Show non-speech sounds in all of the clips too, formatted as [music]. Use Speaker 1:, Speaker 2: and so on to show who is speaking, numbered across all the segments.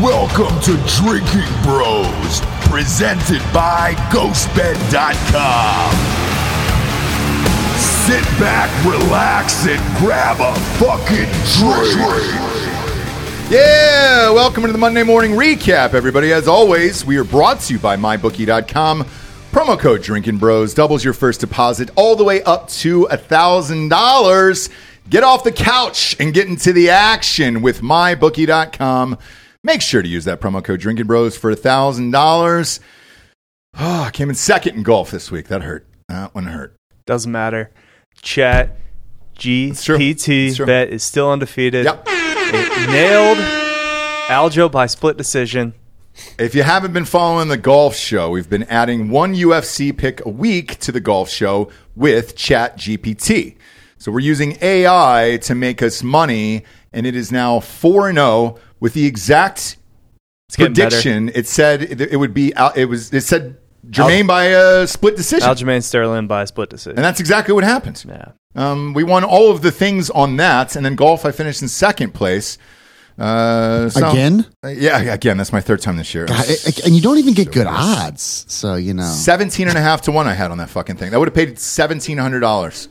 Speaker 1: Welcome to Drinking Bros, presented by GhostBed.com. Sit back, relax, and grab a fucking drink.
Speaker 2: Yeah, welcome to the Monday morning recap, everybody. As always, we are brought to you by mybookie.com. Promo code Drinking Bros doubles your first deposit all the way up to $1,000. Get off the couch and get into the action with mybookie.com. Make sure to use that promo code Drinking Bros for $1,000. Ah, I came in second in golf this week. That hurt. That one hurt.
Speaker 3: Doesn't matter. Chat
Speaker 2: true. It's
Speaker 3: GPT
Speaker 2: true.
Speaker 3: bet is still undefeated.
Speaker 2: Yep.
Speaker 3: It nailed Aljo by split decision.
Speaker 2: If you haven't been following the golf show, we've been adding one UFC pick a week to the golf show with ChatGPT. So we're using AI to make us money, and it is now 4 0 with the exact
Speaker 3: It's getting
Speaker 2: prediction. It said it it would be, out- it was, it said Jermaine by a split decision.
Speaker 3: better. Aljamain Sterling by split decision.
Speaker 2: and that's exactly what happened.
Speaker 3: yeah.
Speaker 2: Um, we won all of the things on that, and then golf, I finished in second place. Uh, so-
Speaker 4: Again?
Speaker 2: Uh, yeah, again. That's my third time this year.
Speaker 4: God, it- it- and you don't even get good odds. So, you know.
Speaker 2: 17 and a half to one I had on that fucking thing. That would have paid $1,700.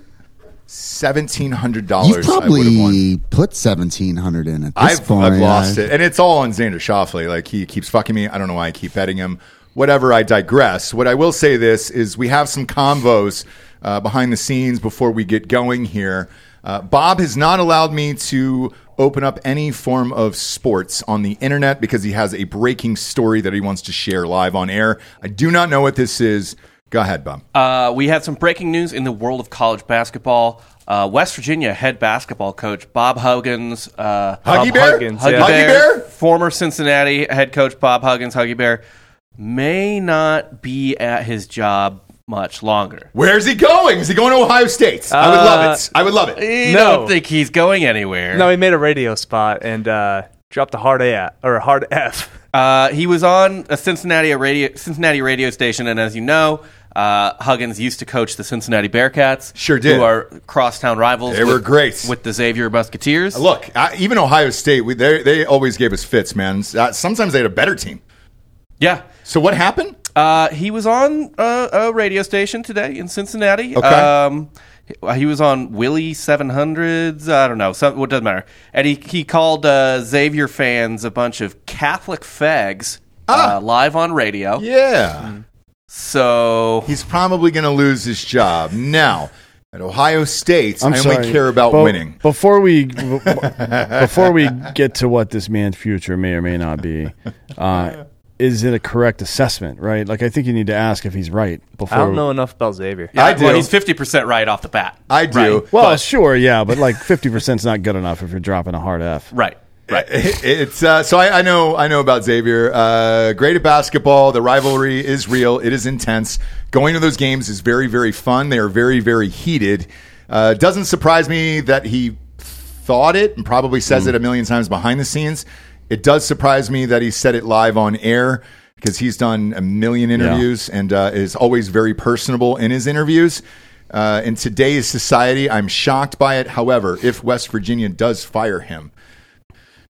Speaker 2: $1,700
Speaker 4: You've
Speaker 2: I would have won.
Speaker 4: probably put 1700 in at this
Speaker 2: I've,
Speaker 4: point.
Speaker 2: I've lost
Speaker 4: I-
Speaker 2: it. And it's all on Xander Shoffley. Like, he keeps fucking me. I don't know why I keep betting him. Whatever, I digress. What I will say this is we have some convos uh, behind the scenes before we get going here. Uh, Bob has not allowed me to open up any form of sports on the internet because he has a breaking story that he wants to share live on air. I do not know what this is. Go ahead, Bob.
Speaker 5: Uh, we had some breaking news in the world of college basketball. Uh, West Virginia head basketball coach Bob Huggins, uh,
Speaker 2: Huggy
Speaker 3: Bob
Speaker 2: Bear?
Speaker 3: Huggins,
Speaker 2: Huggy,
Speaker 3: yeah.
Speaker 2: Bear?
Speaker 5: former Cincinnati head coach Bob Huggins, Huggy Bear, may not be at his job much longer.
Speaker 2: Where's he going? Is he going to Ohio State? I would love it. I would love it.
Speaker 5: I
Speaker 3: No.
Speaker 5: don't think he's going anywhere.
Speaker 3: No, he made a radio spot and uh, dropped a hard A at- or a hard F.
Speaker 5: Uh, he was on a Cincinnati radio Cincinnati radio station, and as you know, uh, Huggins used to coach the Cincinnati Bearcats.
Speaker 2: Sure did.
Speaker 5: Who are crosstown rivals?
Speaker 2: They were
Speaker 5: with-
Speaker 2: great.
Speaker 5: with the Xavier Musketeers.
Speaker 2: Look, I, even Ohio State, we, they, they always gave us fits, man. Uh, sometimes they had a better team.
Speaker 5: yeah.
Speaker 2: So what happened?
Speaker 5: Uh, he was on uh, a radio station today in Cincinnati.
Speaker 2: Okay.
Speaker 5: Um, he- he was on Willie 700s. I don't know. Some, what doesn't matter. And he, he called uh, Xavier fans a bunch of Catholic fags uh, live on radio.
Speaker 2: Yeah.
Speaker 5: So
Speaker 2: He's probably going to lose his job. Now, at Ohio State, i
Speaker 6: I'm
Speaker 2: only
Speaker 6: sorry.
Speaker 2: care about
Speaker 6: Bo-
Speaker 2: winning. [laughs]
Speaker 6: Before we b- before we get to what this man's future may or may not be, uh, is it a correct assessment? Right? Like I think you need to ask if he's right before.
Speaker 3: I don't know enough about Xavier.
Speaker 2: I do.
Speaker 5: Well, he's 50% right off the bat.
Speaker 2: I do.
Speaker 5: Right.
Speaker 6: Well, sure, yeah, but like fifty percent is not good enough if you're dropping a hard F.
Speaker 5: Right.
Speaker 2: Right. [laughs] It's uh, so I, I know I know about Xavier. Uh, great at basketball. The rivalry is real. It is intense. Going to those games is very very fun. They are very very heated. Uh, doesn't surprise me that he thought it and probably says it a million times behind the scenes. It does surprise me that he said it live on air because he's done a million interviews and uh, is always very personable in his interviews. Uh, in today's society, I'm shocked by it. However, if West Virginia does fire him,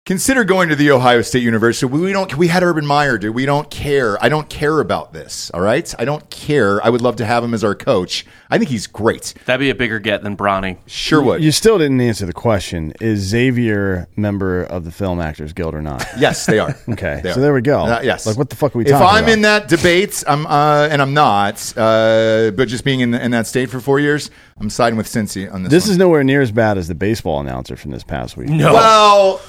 Speaker 2: consider going to the Ohio State University. We, we don't. We had Urban Meyer, dude. We don't care. I don't care about this. All right. I don't care. I would love to have him as our coach. I think he's great.
Speaker 5: That'd be a bigger get than Bronny.
Speaker 2: Sure would.
Speaker 6: You still didn't answer the question: Is Xavier member of the Film Actors Guild or not?
Speaker 2: Yes, they are.
Speaker 6: [laughs] Okay,
Speaker 2: They
Speaker 6: so
Speaker 2: are.
Speaker 6: there we go.
Speaker 2: Uh, yes.
Speaker 6: Like, what the fuck are we
Speaker 2: If
Speaker 6: talking
Speaker 2: I'm
Speaker 6: about?
Speaker 2: in that debate, I'm uh, and I'm not, uh, but just being in, in that state for four years, I'm siding with Cincy on this.
Speaker 6: This
Speaker 2: one.
Speaker 6: is nowhere near as bad as the baseball announcer from this past week. [laughs]
Speaker 5: No.
Speaker 6: Oh.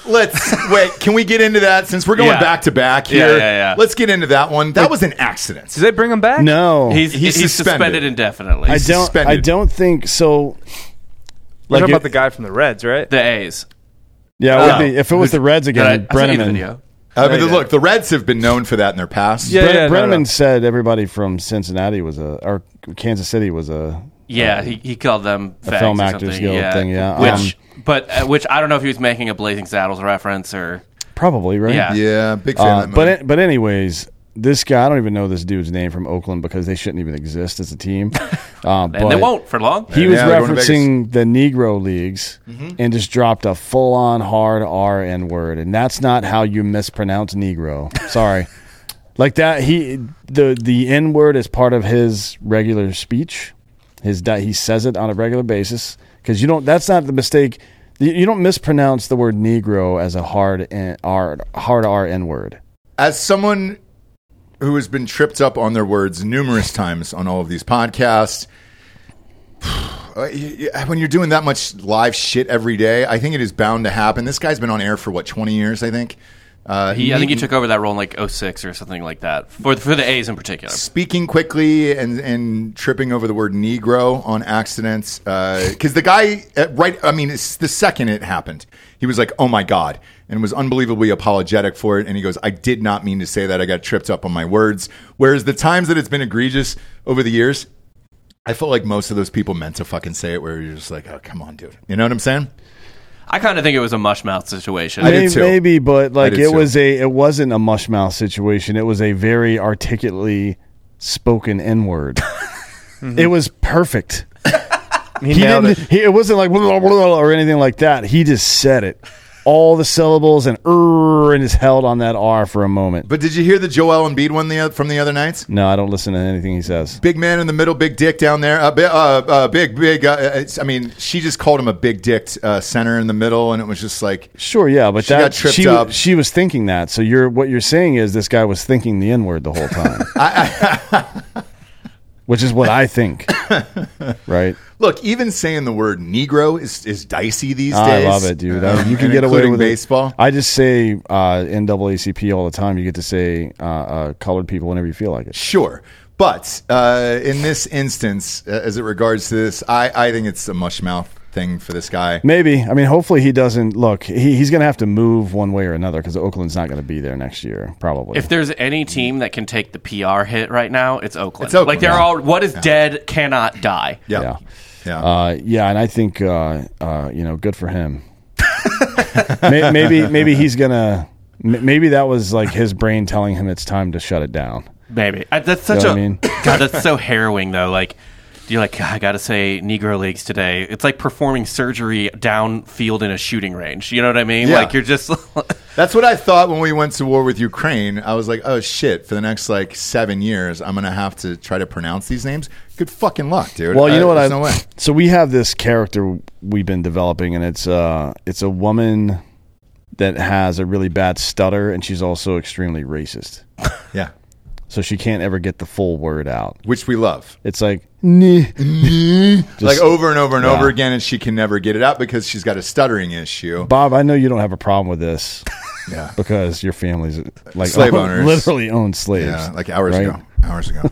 Speaker 2: Well, let's wait. Can we get into that since we're going
Speaker 5: Yeah.
Speaker 2: back to back
Speaker 5: Yeah,
Speaker 2: here?
Speaker 5: yeah, yeah.
Speaker 2: Let's get into that one. That was an accident.
Speaker 3: Did they bring him back?
Speaker 6: no.
Speaker 5: he's,
Speaker 2: he's
Speaker 5: he's, suspended.
Speaker 2: suspended
Speaker 5: indefinitely.
Speaker 6: I don't. I
Speaker 2: suspended.
Speaker 6: don't think so.
Speaker 3: We're talking
Speaker 6: it-
Speaker 3: about the guy from the Reds, right?
Speaker 5: the A's.
Speaker 6: Yeah, it would
Speaker 2: No.
Speaker 6: be, if it was the Reds
Speaker 5: Oh. Did I- I
Speaker 6: again,
Speaker 5: sent you the
Speaker 6: Brenneman.
Speaker 5: video.
Speaker 2: Uh, but look, the Reds have been known for that in their past.
Speaker 3: Yeah,
Speaker 6: Bren-
Speaker 3: yeah, no,
Speaker 6: Brenneman
Speaker 3: no.
Speaker 6: said everybody from Cincinnati was a or Kansas City was a.
Speaker 5: Yeah, he, he called them fags
Speaker 6: Um, film
Speaker 5: or
Speaker 6: actors
Speaker 5: something.
Speaker 6: guild
Speaker 5: yeah.
Speaker 6: thing, yeah. Um,
Speaker 5: Which, but uh, which I don't know if he was making a Blazing Saddles reference or
Speaker 6: Probably right.
Speaker 5: Yeah.
Speaker 2: yeah, big fan.
Speaker 6: Uh,
Speaker 2: of that
Speaker 6: but
Speaker 2: movie.
Speaker 6: it,
Speaker 5: [laughs]
Speaker 6: but anyways, this guy I don't even know this dude's name from Oakland because they shouldn't even exist as a team. Uh,
Speaker 5: and they won't for long.
Speaker 6: He was
Speaker 2: Yeah, they're going to
Speaker 6: referencing the Negro leagues and just dropped a full on hard R N word, and that's not how you mispronounce Negro. Sorry, like that. He the the N word is part of his regular speech. His di- he says it on a regular basis because you don't. That's not the mistake. You you don't mispronounce the word Negro as a hard N- R hard R N word.
Speaker 2: as someone who has been tripped up on their words numerous times on all of these podcasts, [sighs] uh, y- y- when you're doing that much live shit every day, I think it is bound to happen. This guy's been on air for what 20 years, I think. Uh,
Speaker 5: He, I think he took over that role in like 06 or something like that for for the A's in particular.
Speaker 2: speaking quickly and and tripping over the word Negro on accidents because the guy uh, right I mean it's the second it happened he was like oh my god and was unbelievably apologetic for it and he goes I did not mean to say that I got tripped up on my words whereas the times that it's been egregious over the years I felt like most of those people meant to fucking say it where you're just like oh come on dude you know what I'm saying
Speaker 5: I kind of think it was a mush mouth situation.
Speaker 2: I did
Speaker 6: May-
Speaker 2: too.
Speaker 6: Maybe, but like
Speaker 2: did
Speaker 6: it
Speaker 2: too.
Speaker 6: was a it wasn't a mush mouth situation. It was a very articulately spoken N
Speaker 2: [laughs]
Speaker 6: word.
Speaker 2: Mm-hmm.
Speaker 6: It was perfect.
Speaker 3: He,
Speaker 6: He
Speaker 3: nailed
Speaker 6: didn't.
Speaker 3: it.
Speaker 6: He, it wasn't like [laughs] blah, blah, blah, or anything like that. He just said it. All the syllables and er and just held on that r for a moment.
Speaker 2: but did you hear the Joel Embiid one the oth- from the other nights
Speaker 6: no, I don't listen to anything he says.
Speaker 2: big man in the middle, big dick down there. Uh, bi- uh, uh, big, big. Uh, it's, I mean, she just called him a big dick uh, center in the middle, and it was just like,
Speaker 6: Sure, yeah, but
Speaker 2: She
Speaker 6: that
Speaker 2: got tripped
Speaker 6: she,
Speaker 2: up.
Speaker 6: she was thinking that. So you're what you're saying is this guy was thinking the N word the whole
Speaker 2: [laughs]
Speaker 6: time. which is what
Speaker 2: [laughs]
Speaker 6: I think. right?
Speaker 2: look, even saying the word Negro is is dicey these
Speaker 6: I
Speaker 2: days.
Speaker 6: love it, dude. I-
Speaker 2: Um,
Speaker 6: you can
Speaker 2: and
Speaker 6: get away
Speaker 2: including
Speaker 6: with it.
Speaker 2: baseball.
Speaker 6: I just say uh, NAACP all the time. You get to say uh, uh, colored people whenever you feel like it.
Speaker 2: Sure. But uh, in this instance, uh, as it regards to this, I, I think it's a mush mouth thing for this guy.
Speaker 6: Maybe. I mean, hopefully he doesn't. Look, he, he's going to have to move one way or another because Oakland's not going to be there next year, probably.
Speaker 5: If there's any team that can take the PR hit right now, it's Oakland.
Speaker 2: It's Oakland,
Speaker 5: Like they're
Speaker 2: yeah.
Speaker 5: all what is dead cannot die.
Speaker 2: Yeah.
Speaker 6: yeah.
Speaker 2: Yeah.
Speaker 6: Uh, yeah, and I think uh, uh, you know, good for him. [laughs] May- maybe, maybe he's gonna. m- Maybe that was like his brain telling him it's time to shut it down.
Speaker 5: Maybe I, that's such
Speaker 6: know
Speaker 5: a
Speaker 6: what I mean?
Speaker 5: [coughs] God. That's so harrowing though. Like you're like "God, I gotta say Negro leagues today. It's like performing surgery downfield in a shooting range. You know what I mean?
Speaker 2: Yeah.
Speaker 5: Like you're
Speaker 6: [laughs]
Speaker 5: just
Speaker 2: That's what I thought when we went to war with Ukraine. I was like, oh shit, for the next like seven years, I'm going to have to try to pronounce these names. Good fucking luck, dude. Uh,
Speaker 6: Well, you know what? I,
Speaker 2: there's
Speaker 6: [laughs]
Speaker 2: no way.
Speaker 6: So we have this character we've been developing, and it's uh, it's a woman that has a really bad stutter, and she's also extremely racist.
Speaker 2: Yeah.
Speaker 6: So she can't ever get the full word out.
Speaker 2: Which we love.
Speaker 6: It's like
Speaker 2: like
Speaker 5: oh.
Speaker 2: over and over and
Speaker 6: yeah.
Speaker 2: over again, and she can never get it out because she's got a stuttering issue.
Speaker 6: Bob. I know you don't have a problem with this
Speaker 2: [laughs] Yeah.
Speaker 6: because your family's like
Speaker 2: Slave owners.
Speaker 6: literally own slaves.
Speaker 2: Yeah. Uh, Like hours
Speaker 6: Right.
Speaker 2: ago. Hours
Speaker 6: [laughs]
Speaker 2: ago.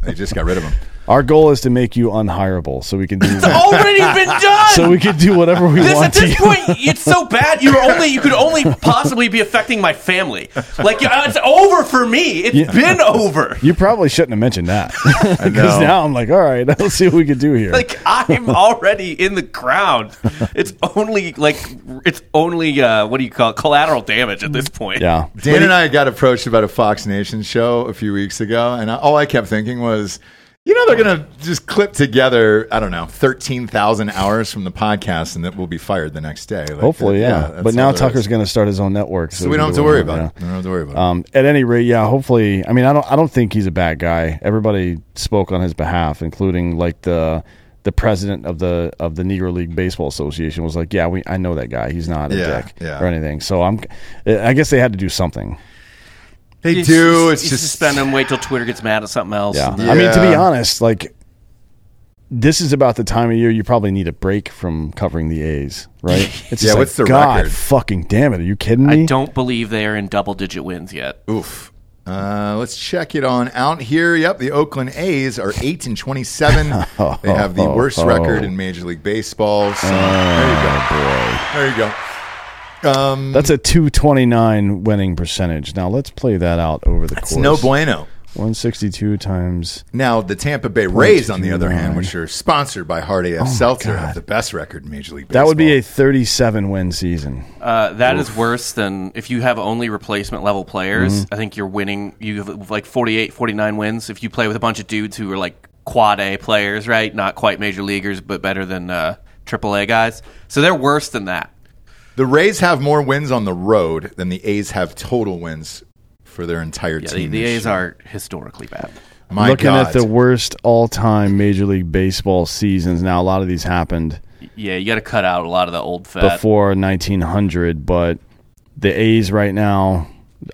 Speaker 2: they just got rid of him.
Speaker 6: Our goal is to make you unhireable, so we
Speaker 2: [laughs]
Speaker 6: can do
Speaker 2: Oh,
Speaker 5: already been done.
Speaker 6: [laughs] so we can do whatever we
Speaker 5: this,
Speaker 6: want
Speaker 5: at
Speaker 6: to.
Speaker 5: this
Speaker 6: you.
Speaker 5: point, it's so bad. You're only you could only possibly be affecting my family. Like uh, it's over for me. It's been over.
Speaker 6: You probably shouldn't have
Speaker 2: [laughs]
Speaker 6: mentioned that [laughs] because now I'm like, all right, [laughs] let's see what we can do here.
Speaker 5: Like I'm already in the ground. It's only like it's only uh, what do you call it? collateral damage at this point.
Speaker 6: yeah,
Speaker 2: Dan and I got approached about a Fox Nation show a few weeks ago, and I, all I kept thinking was, you know, they're going to just clip together, I don't know, 13,000 hours from the podcast, and that we'll be fired the next day. Like, uh,
Speaker 6: hopefully, yeah.
Speaker 2: that's
Speaker 6: but now
Speaker 2: all there is.
Speaker 6: Tucker's going to start his own network,
Speaker 2: So we don't have to worry
Speaker 6: can do
Speaker 2: about it.
Speaker 6: whatever,
Speaker 2: We don't have to worry about it.
Speaker 6: yeah. Um, at any rate, yeah. Hopefully, I mean, I don't, I don't think he's a bad guy. Everybody spoke on his behalf, including like the the president of the of the Negro League Baseball Association was like, yeah, we, I know that guy. He's not a
Speaker 2: Yeah,
Speaker 6: dick
Speaker 2: yeah.
Speaker 6: or anything. So I'm, I guess they had to do something.
Speaker 2: they
Speaker 5: You
Speaker 2: do.
Speaker 5: s-
Speaker 2: It's
Speaker 5: you
Speaker 2: just.
Speaker 5: suspend them. Wait till Twitter gets mad at something else.
Speaker 6: Yeah.
Speaker 2: Yeah.
Speaker 6: I mean, to be honest, like this is about the time of year you probably need a break from covering the A's,
Speaker 2: [laughs]
Speaker 6: right? It's
Speaker 2: Yeah,
Speaker 6: just
Speaker 2: what's their
Speaker 6: like, God
Speaker 2: record?"
Speaker 6: fucking damn it. Are you kidding me?
Speaker 5: I don't believe they are in double digit wins yet.
Speaker 2: Oof. Uh, let's check it on out here. Yep, the Oakland A's are eight and
Speaker 6: [laughs]
Speaker 2: twenty-seven. they have the worst record in Major League Baseball. So
Speaker 6: Oh,
Speaker 2: there you go. There you go. Um,
Speaker 6: That's a 229 winning percentage. Now let's play that out over the
Speaker 2: it's
Speaker 6: course.
Speaker 2: no bueno.
Speaker 6: 162 times.
Speaker 2: Now the Tampa Bay Rays, on the other hand,
Speaker 6: 0.29.
Speaker 2: which are sponsored by Hard AF Seltzer, have the best record in Major League Baseball.
Speaker 6: Oh, That would be a 37 win season.
Speaker 5: Uh, that is worse than if you have only replacement level Mm-hmm. players. I think you're winning. You have like 48, 49 wins. If you play with a bunch of dudes who are like quad A players, right? Not quite major leaguers, but better than uh, AAA guys. So they're worse than that.
Speaker 2: The Rays have more wins on the road than the A's have total wins for their entire
Speaker 5: Yeah, the,
Speaker 2: team.
Speaker 5: the
Speaker 2: this
Speaker 5: A's
Speaker 2: year.
Speaker 5: are historically bad.
Speaker 2: My
Speaker 6: Looking
Speaker 2: God.
Speaker 6: at the worst all-time Major League Baseball seasons. Now a lot of these happened
Speaker 5: Yeah, you got to cut out a lot of the old fat.
Speaker 6: before 1900, but the A's right now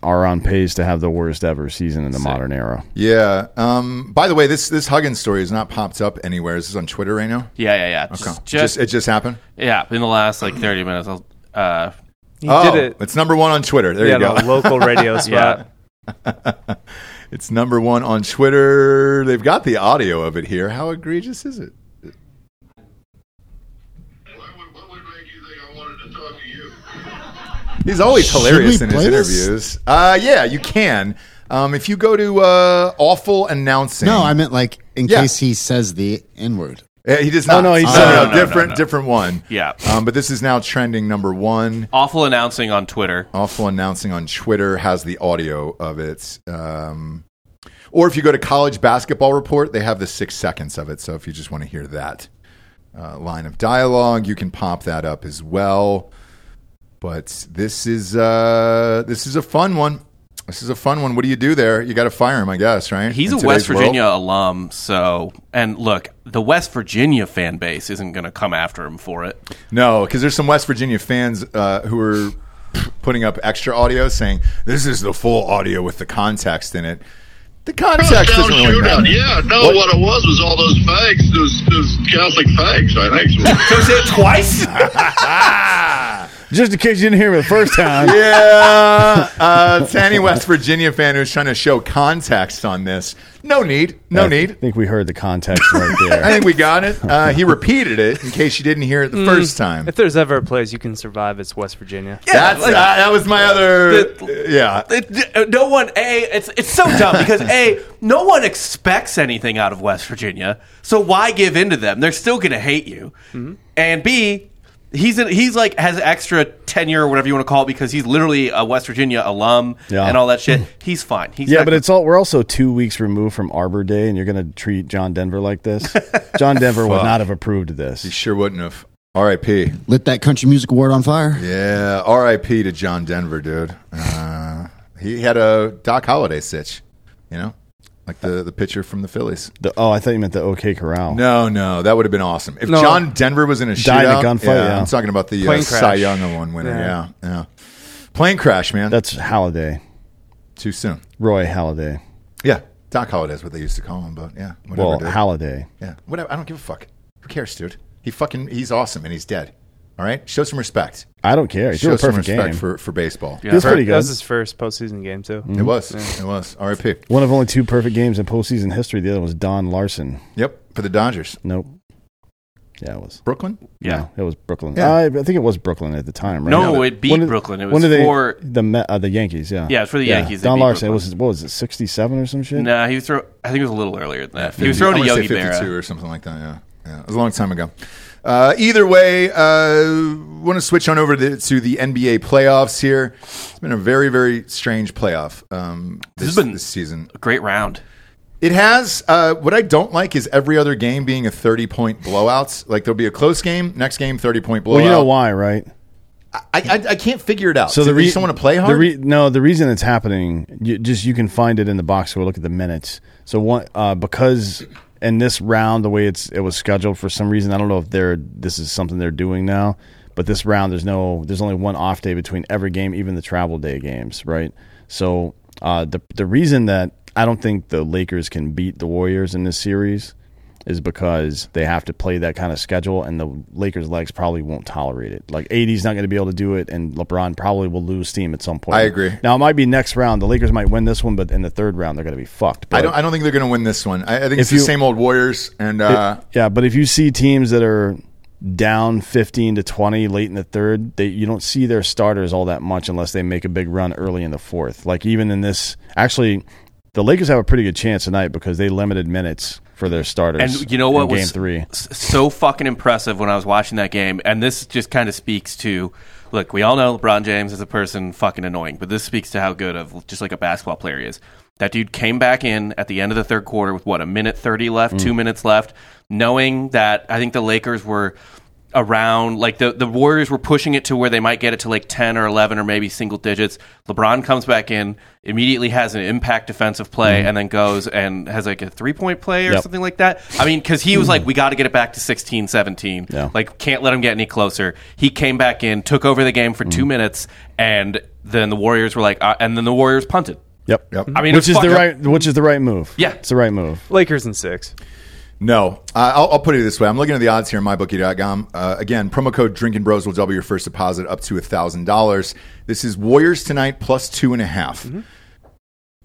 Speaker 6: are on pace to have the worst ever season in the modern era.
Speaker 2: yeah. Um, by the way, this this Huggins story has not popped up anywhere. Is this on Twitter right now?
Speaker 5: Yeah, yeah, yeah. Just,
Speaker 2: Okay.
Speaker 5: just,
Speaker 2: it just happened.
Speaker 5: yeah. In the last like thirty minutes, I'll, uh,
Speaker 3: He
Speaker 2: oh,
Speaker 3: did it
Speaker 2: it's number one on Twitter. There
Speaker 3: yeah,
Speaker 2: you go.
Speaker 3: on a local radio
Speaker 5: Yeah.
Speaker 3: spot.
Speaker 2: [laughs] It's number one on Twitter. They've got the audio of it here. How egregious is it?
Speaker 7: What would, what would make you think I wanted to talk to you?
Speaker 2: He's always
Speaker 4: Should
Speaker 2: hilarious
Speaker 4: we
Speaker 2: in his
Speaker 4: play this?
Speaker 2: interviews. Uh, yeah, you can. Um, if you go to uh, awful announcing,
Speaker 4: No, I meant like in
Speaker 2: Yeah.
Speaker 4: case he says the N word.
Speaker 2: Uh, he does not.
Speaker 6: no, he
Speaker 2: no,
Speaker 6: said-
Speaker 2: no,
Speaker 5: No, no, no,
Speaker 2: different,
Speaker 5: no.
Speaker 2: different one.
Speaker 5: Yeah.
Speaker 2: Um, but this is now trending number one.
Speaker 5: awful announcing on Twitter.
Speaker 2: Awful announcing on Twitter has the audio of it. Um, or if you go to College Basketball Report, they have the six seconds of it. So if you just want to hear that uh, line of dialogue, you can pop that up as well. But this is uh, this is a fun one. This is a fun one. What do you do there? You got to fire him, I guess, right?
Speaker 5: He's
Speaker 2: In
Speaker 5: a West
Speaker 2: today's world?
Speaker 5: Virginia alum, so and look, the West Virginia fan base isn't going to come after him for it.
Speaker 2: No, because there's some West Virginia fans uh, who are putting up extra audio saying this is the full audio with the context in it. The context
Speaker 7: Down
Speaker 2: doesn't really
Speaker 7: shootout.
Speaker 2: matter.
Speaker 7: Yeah, no, what? it was was all those fags, those, those Catholic fags, I think.
Speaker 5: [laughs] So say it twice.
Speaker 6: [laughs] Just in case you didn't hear me the first [laughs] time.
Speaker 2: Yeah, uh, to any West Virginia fan who's trying to show context on this, no need, no
Speaker 6: I
Speaker 2: need.
Speaker 6: think we heard the context right
Speaker 2: I
Speaker 6: [laughs] there.
Speaker 2: think we got it. Uh, he repeated it in case you didn't hear it the first time.
Speaker 3: If there's ever a place you can survive, it's West Virginia.
Speaker 2: That's uh, that was my other
Speaker 5: The-
Speaker 2: yeah.
Speaker 5: It- uh, no one a it's it's so dumb because a no one expects anything out of West Virginia, so why give in to them? They're still going to hate you. And b he's in, he's like has extra tenure or whatever you want to call it because he's literally a West Virginia alum
Speaker 6: Yeah.
Speaker 5: and all that shit. He's fine. He's
Speaker 6: Yeah,
Speaker 5: not-
Speaker 6: but it's all we're also two weeks removed from Arbor Day, and you're going to treat John Denver like [laughs] this. John Denver would not have approved of
Speaker 2: He
Speaker 6: this.
Speaker 2: sure wouldn't have. R.I.P.
Speaker 4: Lit that country music award on fire.
Speaker 2: Yeah, R.I.P. to John Denver, dude. Uh, he had a Doc Holliday sitch, you know, like the the pitcher from the Phillies.
Speaker 6: The, oh, I thought you meant the OK Corral.
Speaker 2: No, no, that would have been awesome if
Speaker 3: No.
Speaker 2: John Denver was in a
Speaker 6: Died in a
Speaker 2: shootout.
Speaker 6: gunfight, yeah.
Speaker 2: I'm talking about the uh,
Speaker 3: Plane
Speaker 2: Cy
Speaker 3: crash.
Speaker 2: Young Award winner. Yeah.
Speaker 3: Yeah.
Speaker 2: yeah, Plane crash, man.
Speaker 6: That's Halliday,
Speaker 2: Too soon.
Speaker 6: Roy Halliday.
Speaker 2: Yeah, Doc Holliday is what they used to call him, but yeah, whatever.
Speaker 6: Well,
Speaker 2: dude.
Speaker 6: Halliday.
Speaker 2: yeah, whatever. I don't give a fuck. Who cares, dude? He fucking he's awesome and he's dead. All right, show some respect.
Speaker 6: I don't care. He
Speaker 2: Show
Speaker 6: threw a
Speaker 2: some
Speaker 6: perfect
Speaker 2: respect
Speaker 6: game.
Speaker 2: for for baseball.
Speaker 6: He was pretty
Speaker 3: That
Speaker 6: good.
Speaker 3: was his first postseason game too.
Speaker 2: It was. It was. R.I.P.
Speaker 6: One of only two perfect games in postseason history. The other was Don Larson.
Speaker 2: Yep, for the Dodgers.
Speaker 6: Nope. Yeah, it was.
Speaker 2: Brooklyn?
Speaker 5: yeah.
Speaker 6: No, it was Brooklyn. Uh,
Speaker 2: Yeah.
Speaker 6: I, I think it was Brooklyn at the time, right?
Speaker 5: No,
Speaker 6: Yeah.
Speaker 5: it beat
Speaker 6: When did-
Speaker 5: Brooklyn. It
Speaker 6: when
Speaker 5: was
Speaker 6: did they-
Speaker 5: for-
Speaker 6: the Me- uh, the Yankees. Yeah,
Speaker 5: Yeah, it was for the Yankees. They
Speaker 6: Don
Speaker 5: beat
Speaker 6: Larson. It
Speaker 5: Brooklyn.
Speaker 6: was what was it, sixty seven or some shit?
Speaker 5: Nah, he was throw. I think it was a little earlier than that. Uh, He
Speaker 2: 50
Speaker 5: was thrown
Speaker 2: I
Speaker 5: to
Speaker 2: wanna say
Speaker 5: Yogi
Speaker 2: 52
Speaker 5: Berra.
Speaker 2: or something like that. Yeah, yeah. It was a long time ago. Uh, either way, uh, want to switch on over to the, to the NBA playoffs here. It's been a very, very strange playoff um, this,
Speaker 5: This has been-
Speaker 2: this season.
Speaker 5: Great round.
Speaker 2: It has. Uh, what I don't like is every other game being a thirty-point blowout. Like there'll be a close game, next game thirty-point blowout.
Speaker 6: Well, you know why, right?
Speaker 2: I, I, I can't figure it out.
Speaker 6: So
Speaker 2: So
Speaker 6: the
Speaker 2: they
Speaker 6: reason
Speaker 2: just don't want to play hard.
Speaker 6: The re- no, the reason it's happening, you, just you can find it in the box score. Look at the minutes. So one uh, because in this round, the way it's it was scheduled for some reason, I don't know if they're this is something they're doing now, but this round there's no there's only one off day between every game, even the travel day games, right? So uh, the the reason that I don't think the Lakers can beat the Warriors in this series is because they have to play that kind of schedule, and the Lakers' legs probably won't tolerate it. Like AD's not going to be able to do it, and LeBron probably will lose steam at some point.
Speaker 2: I agree.
Speaker 6: Now it might be next round. The Lakers might win this one, but in the third round they're going to be fucked. But
Speaker 2: I don't. I don't think they're going to win this one. I, I think
Speaker 6: If
Speaker 2: it's
Speaker 6: you-
Speaker 2: the same old Warriors. And uh,
Speaker 6: yeah, but if you see teams that are down 15 to 20 late in the third, they you don't see their starters all that much unless they make a big run early in the fourth. Like even in this, actually, the Lakers have a pretty good chance tonight because they limited minutes for their starters.
Speaker 5: And you know what
Speaker 6: in
Speaker 5: was
Speaker 6: game three?
Speaker 5: s- so fucking impressive when I was watching that game, and this just kind of speaks to look, we all know LeBron James is a person fucking annoying, but this speaks to how good of just like a basketball player he is. That dude came back in at the end of the third quarter with what a minute thirty left,
Speaker 6: Mm.
Speaker 5: two minutes left, knowing that I think the Lakers were around like the the Warriors were pushing it to where they might get it to like ten or eleven or maybe single digits. LeBron comes back in, immediately has an impact defensive play, and then goes and has like a three point play or
Speaker 6: Mm. Yep.
Speaker 5: something like that. I mean, because he was like,
Speaker 3: Hmm.
Speaker 5: we got to get it back to 16, 17.
Speaker 6: Yeah.
Speaker 5: Like like can't let him get any closer. He came back in, took over the game for two
Speaker 3: Hmm.
Speaker 5: minutes, and then the Warriors were like, uh, and then the Warriors punted.
Speaker 6: Yep.
Speaker 2: Yep.
Speaker 5: I mean,
Speaker 6: which
Speaker 5: it was
Speaker 6: is the
Speaker 5: fucked up.
Speaker 6: right, which is the right move.
Speaker 5: Yeah.
Speaker 6: it's the right move.
Speaker 3: Lakers in six.
Speaker 2: No, I I'll, I'll put it this way. I'm looking at the odds here on mybookie.com. Uh, again, promo code Drinking Bros will double your first deposit up to thousand dollars. This is Warriors tonight plus two and a half.
Speaker 3: Mm-hmm.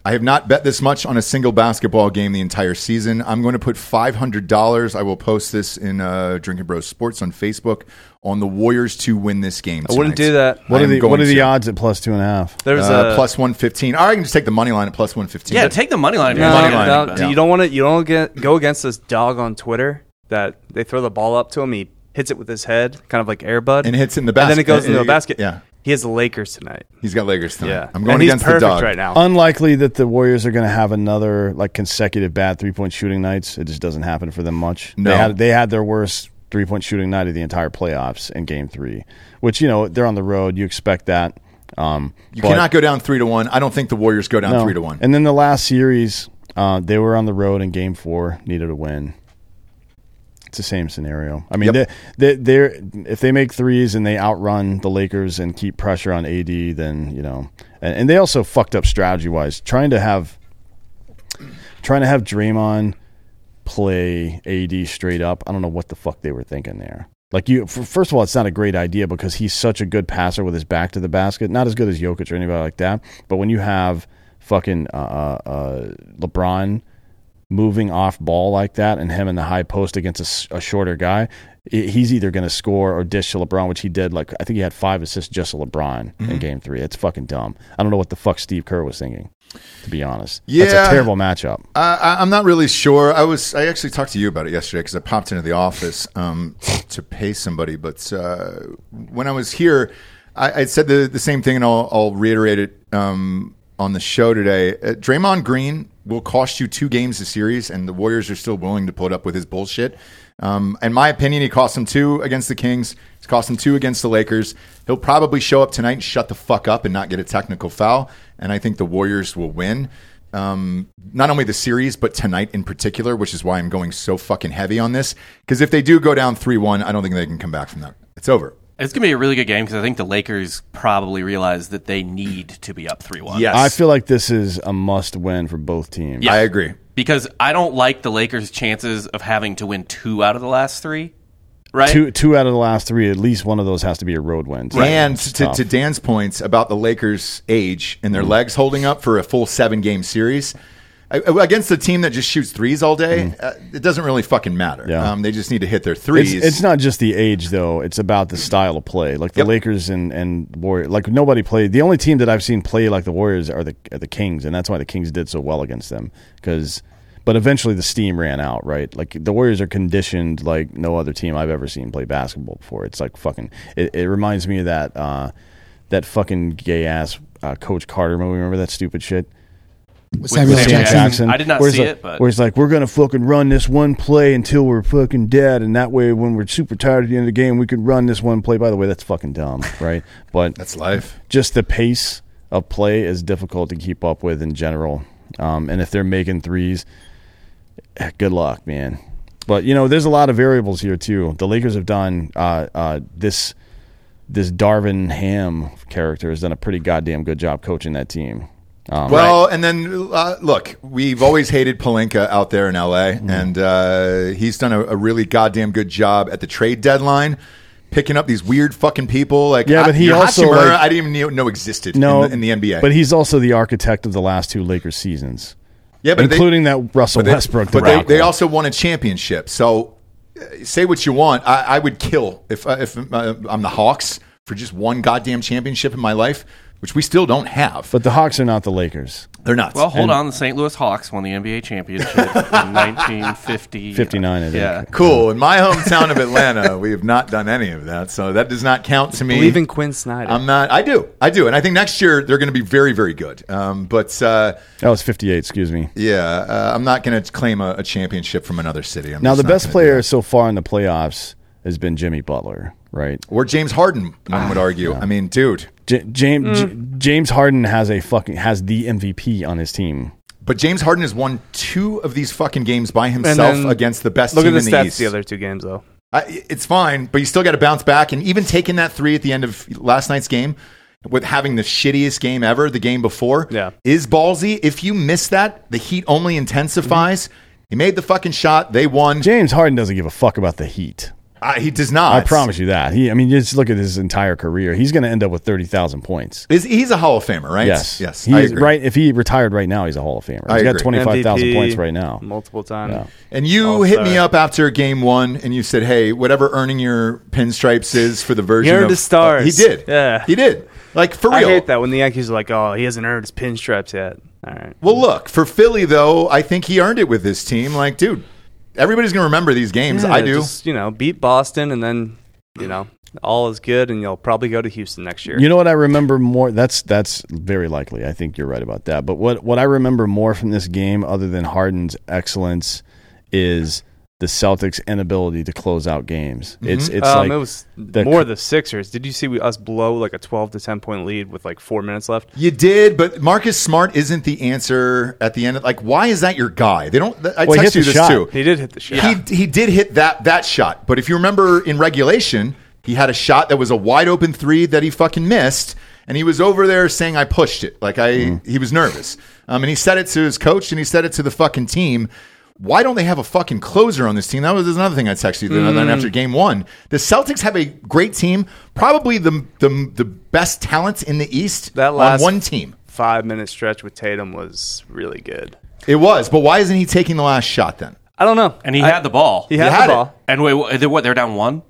Speaker 2: I have not bet this much on a single basketball game the entire season. I'm going to put five hundred dollars. I will post this in uh, Drinking Bros Sports on Facebook on the Warriors to win this game.
Speaker 3: I wouldn't
Speaker 2: tonight.
Speaker 3: do that.
Speaker 2: I
Speaker 6: What are
Speaker 2: am
Speaker 6: the
Speaker 2: going
Speaker 6: What are the
Speaker 2: to.
Speaker 6: odds at plus two and a half?
Speaker 3: There's
Speaker 2: Uh,
Speaker 3: a
Speaker 2: plus one fifteen. I can just take the money line at plus one fifteen.
Speaker 5: Yeah, take the money line. if
Speaker 3: No,
Speaker 5: you're
Speaker 2: money
Speaker 5: gonna
Speaker 2: line.
Speaker 5: bet.
Speaker 3: no,
Speaker 2: Yeah.
Speaker 3: you don't want to. You don't get, go against this dog on Twitter that they throw the ball up to him. He hits it with his head, kind of like airbud,
Speaker 2: And hits in the
Speaker 3: And then
Speaker 2: basket.
Speaker 3: it goes into
Speaker 2: Uh,
Speaker 3: the basket.
Speaker 2: yeah.
Speaker 3: he has the Lakers tonight.
Speaker 2: He's got Lakers tonight.
Speaker 3: Yeah,
Speaker 2: I'm going
Speaker 3: and he's
Speaker 2: against the
Speaker 3: perfect
Speaker 2: dog
Speaker 3: right now.
Speaker 6: Unlikely that the Warriors are going to have another like consecutive bad three point shooting nights. It just doesn't happen for them much.
Speaker 2: No.
Speaker 6: They had they had their worst three point shooting night of the entire playoffs in Game Three, which you know they're on the road. You expect that. Um,
Speaker 2: You cannot go down three to one. I don't think the Warriors go down three to one.
Speaker 6: And then the last series, uh, they were on the road in Game Four, needed a win. It's the same scenario. I mean,
Speaker 2: Yep.
Speaker 6: they, they, they're if they make threes and they outrun the Lakers and keep pressure on AD, then you know, and, and they also fucked up strategy wise, trying to have trying to have Draymond play AD straight up. I don't know what the fuck they were thinking there. Like you, f- first of all, it's not a great idea because he's such a good passer with his back to the basket. Not as good as Jokic or anybody like that. But when you have fucking uh, uh, uh, LeBron moving off ball like that and him in the high post against a s- a, shorter guy, i he's either going to score or dish to LeBron, which he did. Like I think he had five assists just to LeBron in Game Three. It's fucking dumb. I don't know what the fuck Steve Kerr was thinking. To be honest,
Speaker 2: Yeah.
Speaker 6: that's a terrible matchup.
Speaker 2: I, I- I'm not really sure. I was I actually talked to you about it yesterday because I popped into the office um, to pay somebody. But uh, when I was here, I, I said the, the same thing, and I'll, I'll reiterate it um, on the show today. Uh, Draymond Green will cost you two games a series, and the Warriors are still willing to put up with his bullshit. Um, in my opinion, he cost them two against the Kings. He's cost them two against the Lakers. He'll probably show up tonight and shut the fuck up and not get a technical foul. And I think the Warriors will win um, not only the series but tonight in particular, which is why I'm going so fucking heavy on this. Because if they do go down three one, I don't think they can come back from that. It's over.
Speaker 5: It's gonna be a really good game because I think the Lakers probably realize that they need to be up three one.
Speaker 6: I feel like this is a must win for both teams.
Speaker 2: I agree.
Speaker 5: because I don't like the Lakers' chances of having to win two out of the last three. Right?
Speaker 6: Two two out of the last three, at least one of those has to be a road win. So
Speaker 2: And
Speaker 6: it's
Speaker 2: to,
Speaker 6: tough.
Speaker 2: to Dan's points about the Lakers' age and
Speaker 6: Mm.
Speaker 2: their legs holding up for a full seven game series I- against a team that just shoots threes all day, uh, it doesn't really fucking matter.
Speaker 6: Mm. Yeah.
Speaker 2: Um, they just need to hit their
Speaker 6: it's,
Speaker 2: threes.
Speaker 6: it's not just the age though; it's about the style of play. Like the
Speaker 2: Yep.
Speaker 6: Lakers and and Warriors, like nobody played. The only team that I've seen play like the Warriors are the are the Kings, and that's why the Kings did so well against them. Because, but eventually the steam ran out. Right? Like the Warriors are conditioned like no other team I've ever seen play basketball before. It's like fucking. It, it reminds me of that uh, that fucking gay ass uh, Coach Carter movie. Remember that stupid shit?
Speaker 4: Samuel
Speaker 5: Samuel
Speaker 4: Jackson.
Speaker 5: Jackson. I did not
Speaker 6: where he's
Speaker 5: see
Speaker 6: like-
Speaker 5: it, but-
Speaker 6: where he's like, "We're gonna fucking run this one play until we're fucking dead, and that way, when we're super tired at the end of the game, we could run this one play." By the way, that's fucking dumb, [laughs] right? But
Speaker 2: That's life.
Speaker 6: just the pace of play is difficult to keep up with in general. Um, and if they're making threes, eh, good luck, man. But you know, there's a lot of variables here too. The Lakers have done uh, uh, this. This Darvin Ham character has done a pretty goddamn good job coaching that team. Um,
Speaker 2: Well, and then uh, look, we've always hated Palinka out there in LA,
Speaker 6: Mm-hmm.
Speaker 2: and uh, he's done a, a really goddamn good job at the trade deadline, picking up these weird fucking people. Like,
Speaker 6: Yeah,
Speaker 2: I-
Speaker 6: but he
Speaker 2: your
Speaker 6: also,
Speaker 2: Hachimura,
Speaker 6: like-
Speaker 2: I didn't even know- know existed
Speaker 6: No,
Speaker 2: in, the, in the NBA.
Speaker 6: But he's also the architect of the last two Lakers seasons.
Speaker 2: yeah, but they-
Speaker 6: including that Russell
Speaker 2: but they-
Speaker 6: Westbrook.
Speaker 2: But they,
Speaker 6: debacle.
Speaker 2: they also won a championship. So uh, say what you want. I, uh, I would kill if if uh, I'm the Hawks for just one goddamn championship in my life. which we still don't have.
Speaker 6: But the Hawks are not the Lakers.
Speaker 2: They're nuts.
Speaker 5: Well, hold on. The St. Louis Hawks won the NBA championship in [laughs] 1950.
Speaker 6: 59, I think.
Speaker 5: Yeah.
Speaker 2: cool. In my hometown of Atlanta, we have not done any of that, so that does not count to me.
Speaker 3: Believe in Quinn Snyder.
Speaker 2: I'm not. I do. I do, and I think next year they're going to be very, very good. Um, but uh,
Speaker 6: That was 58, excuse me.
Speaker 2: yeah, uh, I'm not going to claim a, a championship from another city. I'm
Speaker 6: Now,
Speaker 2: just
Speaker 6: the
Speaker 2: not
Speaker 6: best
Speaker 2: gonna do
Speaker 6: player so far in the playoffs has been Jimmy Butler, right?
Speaker 2: that. or James Harden, one
Speaker 3: Ah,
Speaker 2: would argue. I mean, dude.
Speaker 6: J- James J- James Harden has a fucking has the MVP on his team.
Speaker 2: But James Harden has won two of these fucking games by himself against the best
Speaker 3: Look
Speaker 2: team
Speaker 3: at
Speaker 2: in
Speaker 3: the
Speaker 2: the
Speaker 3: stats
Speaker 2: East.
Speaker 3: the other two games though.
Speaker 2: I, it's fine, but you still got to bounce back. And even taking that three at the end of last night's game, with having the shittiest game ever the game before,
Speaker 3: Yeah.
Speaker 2: is ballsy. If you miss that, the heat only intensifies.
Speaker 3: Mm-hmm.
Speaker 2: He made the fucking shot. They won.
Speaker 6: James Harden doesn't give a fuck about the Heat.
Speaker 2: Uh, he does not.
Speaker 6: I promise you that. He, I mean, just look at his entire career. He's going to end up with thirty thousand points.
Speaker 2: Is he's a Hall of Famer, right?
Speaker 6: Yes,
Speaker 2: yes.
Speaker 6: He
Speaker 2: I
Speaker 6: is
Speaker 2: agree.
Speaker 6: right. If he retired right now, he's a Hall of Famer.
Speaker 2: I
Speaker 6: He's got
Speaker 2: agree.
Speaker 6: twenty five thousand
Speaker 3: MVP
Speaker 6: points right now.
Speaker 3: multiple times.
Speaker 6: Yeah.
Speaker 2: And you
Speaker 3: All-star.
Speaker 2: hit me up after game one, and you said, "Hey, whatever earning your pinstripes is for the version
Speaker 3: You're
Speaker 2: of uh,
Speaker 3: the stars.
Speaker 2: he did.
Speaker 3: Yeah.
Speaker 2: he did. Like for
Speaker 3: I
Speaker 2: real.
Speaker 3: hate that when the Yankees are like, "Oh, he hasn't earned his pinstripes yet." All right.
Speaker 2: Well, look for Philly though. I think he earned it with this team. Like, dude, everybody's gonna remember these games. I
Speaker 3: Yeah,
Speaker 2: do.
Speaker 3: Just, you know, beat Boston, and then you know all is good, and you'll probably go to Houston next year.
Speaker 6: You know what I remember more? That's that's very likely. I think you're right about that. But what what I remember more from this game, other than Harden's excellence, is the Celtics' inability to close out games. It's it's
Speaker 3: um,
Speaker 6: like
Speaker 3: it was
Speaker 6: the-
Speaker 3: more the Sixers. Did you see we, us blow like a twelve to ten point lead with like four minutes left?
Speaker 2: You did, but Marcus Smart isn't the answer at the end. Of, like, why is that your guy? They don't. I
Speaker 6: Well, he
Speaker 2: text
Speaker 6: hit
Speaker 2: you
Speaker 6: the
Speaker 2: this
Speaker 6: shot.
Speaker 2: too.
Speaker 3: He did hit the shot.
Speaker 2: He he did hit that that shot, but if you remember in regulation, he had a shot that was a wide open three that he fucking missed, and he was over there saying, "I pushed it." Like I, he was nervous, um, and he said it to his coach, and he said it to the fucking team. Why don't they have a fucking closer on this team? That was another thing I texted you the other night after game one. The Celtics have a great team, probably the the, the best talent in the East
Speaker 3: That last-
Speaker 2: on one team.
Speaker 3: Five minute stretch with Tatum was really good.
Speaker 2: It was, but why isn't he taking the last shot then?
Speaker 3: I don't know.
Speaker 5: And he
Speaker 3: I-
Speaker 5: had the ball.
Speaker 3: He had,
Speaker 2: had
Speaker 3: the
Speaker 2: it.
Speaker 3: ball.
Speaker 5: And wait, what, they- what? They're down one.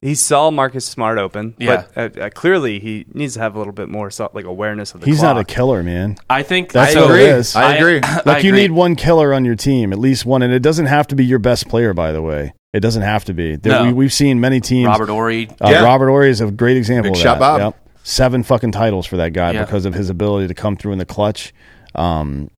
Speaker 3: He saw Marcus Smart open.
Speaker 5: Yeah.
Speaker 3: But uh, uh, clearly, he needs to have a little bit more self, like awareness of the
Speaker 6: he's
Speaker 3: clock.
Speaker 6: not a killer, man.
Speaker 5: I think
Speaker 6: That's
Speaker 5: so.
Speaker 6: what it is.
Speaker 2: I agree.
Speaker 5: I
Speaker 6: Like you
Speaker 5: agree.
Speaker 6: need one killer on your team, at least one, and it doesn't have to be your best player. By the way, it doesn't have to be. There,
Speaker 5: No.
Speaker 6: we, we've seen many teams.
Speaker 5: Robert Ory.
Speaker 6: Uh,
Speaker 2: Yeah.
Speaker 6: Robert Ory is a great example.
Speaker 2: Big
Speaker 6: of
Speaker 2: shot
Speaker 6: that.
Speaker 2: Bob.
Speaker 6: Seven fucking titles for that guy
Speaker 5: Yeah.
Speaker 6: because of his ability to come through in the clutch. Um,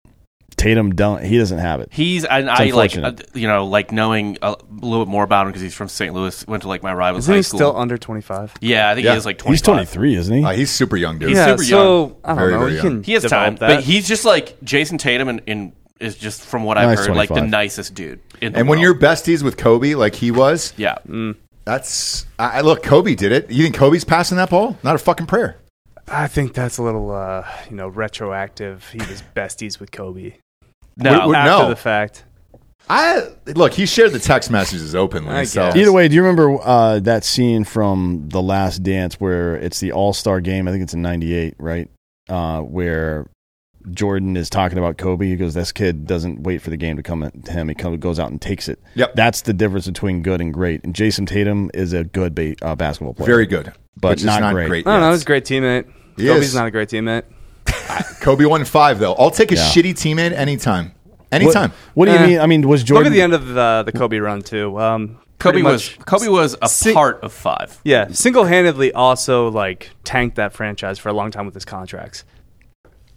Speaker 6: Tatum don't. He doesn't have it.
Speaker 5: He's and I like uh,
Speaker 6: unfortunate.
Speaker 5: you know like knowing a little bit more about him because he's from St. Louis. Went to like my rival's
Speaker 3: Isn't
Speaker 5: high
Speaker 3: he
Speaker 5: school.
Speaker 3: still under twenty five?
Speaker 5: yeah, I think
Speaker 2: Yeah.
Speaker 5: he is like 25.
Speaker 6: He's twenty three, isn't he?
Speaker 2: Uh, he's super young, dude.
Speaker 5: He's
Speaker 3: Yeah.
Speaker 5: super
Speaker 3: so
Speaker 5: young.
Speaker 3: I don't
Speaker 2: Very,
Speaker 3: know.
Speaker 2: very
Speaker 3: He
Speaker 2: young.
Speaker 3: can.
Speaker 5: He has
Speaker 3: develop
Speaker 5: time,
Speaker 3: that.
Speaker 5: but he's just like Jason Tatum, and, and is just from what I've
Speaker 6: Nice
Speaker 5: heard, like the
Speaker 6: 25.
Speaker 5: nicest dude. In the
Speaker 2: And when
Speaker 5: world.
Speaker 2: you're besties with Kobe, like he was,
Speaker 5: yeah,
Speaker 3: Mm.
Speaker 2: that's I I- look. Kobe did it. You think Kobe's passing that ball? Not a fucking prayer.
Speaker 3: I think that's a little, uh, you know, retroactive. He was besties with Kobe
Speaker 5: no,
Speaker 2: we-
Speaker 3: after
Speaker 2: no.
Speaker 3: the fact.
Speaker 2: I look. He shared the text messages openly.
Speaker 3: I
Speaker 2: so
Speaker 3: guess.
Speaker 6: Either way, do you remember uh, that scene from The Last Dance where it's the All Star game? I think it's in '98, right? Uh, where Jordan is talking about Kobe. He goes, "This kid doesn't wait for the game to come at him. He come, goes out and takes it."
Speaker 2: Yep.
Speaker 6: That's the difference between good and great. And Jason Tatum is a good ba- uh, basketball player.
Speaker 2: very good,
Speaker 6: But
Speaker 2: which is
Speaker 6: not great.
Speaker 3: I don't know.
Speaker 2: yet.
Speaker 3: He's a great teammate.
Speaker 2: He
Speaker 3: Kobe's
Speaker 2: is.
Speaker 3: not a great teammate.
Speaker 2: Kobe won five though. I'll take a
Speaker 6: Yeah.
Speaker 2: shitty teammate anytime, anytime.
Speaker 6: What, what do you
Speaker 3: Eh.
Speaker 6: mean? I mean, was
Speaker 3: Look
Speaker 6: Jordan
Speaker 3: at the end of the, the Kobe run too. Um,
Speaker 5: Kobe
Speaker 3: pretty
Speaker 5: was
Speaker 3: much-
Speaker 5: Kobe was a
Speaker 3: si-
Speaker 5: part of five.
Speaker 3: yeah, single handedly also like tanked that franchise for a long time with his contracts,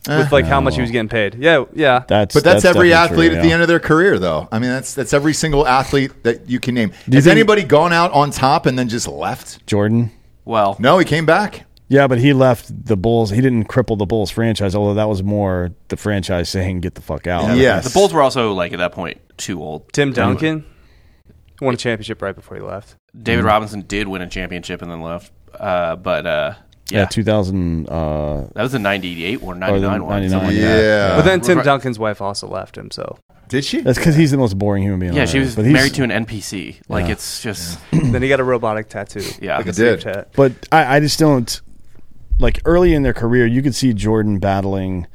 Speaker 5: Ah.
Speaker 3: with like how much he was getting paid. Yeah, yeah.
Speaker 6: That's
Speaker 2: But that's, every athlete at the end
Speaker 6: of
Speaker 2: of their career, though. I mean, that's that's every single athlete that you can name.
Speaker 6: you
Speaker 2: Has
Speaker 6: think-
Speaker 2: anybody gone out on top and then just left?
Speaker 6: Jordan.
Speaker 5: Well,
Speaker 2: No, he came back.
Speaker 6: Yeah, but he left the Bulls. He didn't cripple the Bulls franchise, although that was more the franchise saying "get the fuck out."
Speaker 2: Yes.
Speaker 5: the Bulls were also like at that point too old.
Speaker 3: Tim Duncan won a championship right before he left.
Speaker 5: David Robinson did win a championship and then left, uh, but uh, yeah,
Speaker 6: Yeah, two thousand. Uh,
Speaker 5: that was the '98 or
Speaker 6: or the
Speaker 5: '99 one.
Speaker 6: 99,
Speaker 2: Yeah.
Speaker 3: But then Tim
Speaker 5: Uh, Right.
Speaker 3: Duncan's wife also left him.
Speaker 5: [clears throat]
Speaker 3: So
Speaker 2: Did she?
Speaker 6: That's because he's the most boring human being.
Speaker 5: Yeah,
Speaker 6: on
Speaker 5: she
Speaker 6: earth.
Speaker 5: was
Speaker 6: But he's-
Speaker 5: married to an NPC. Like it's just
Speaker 3: then he got a robotic tattoo.
Speaker 5: yeah.
Speaker 2: Like a
Speaker 3: Sleeve
Speaker 2: Did.
Speaker 3: tat.
Speaker 6: But I, I just don't like early in their career. You could see Jordan battling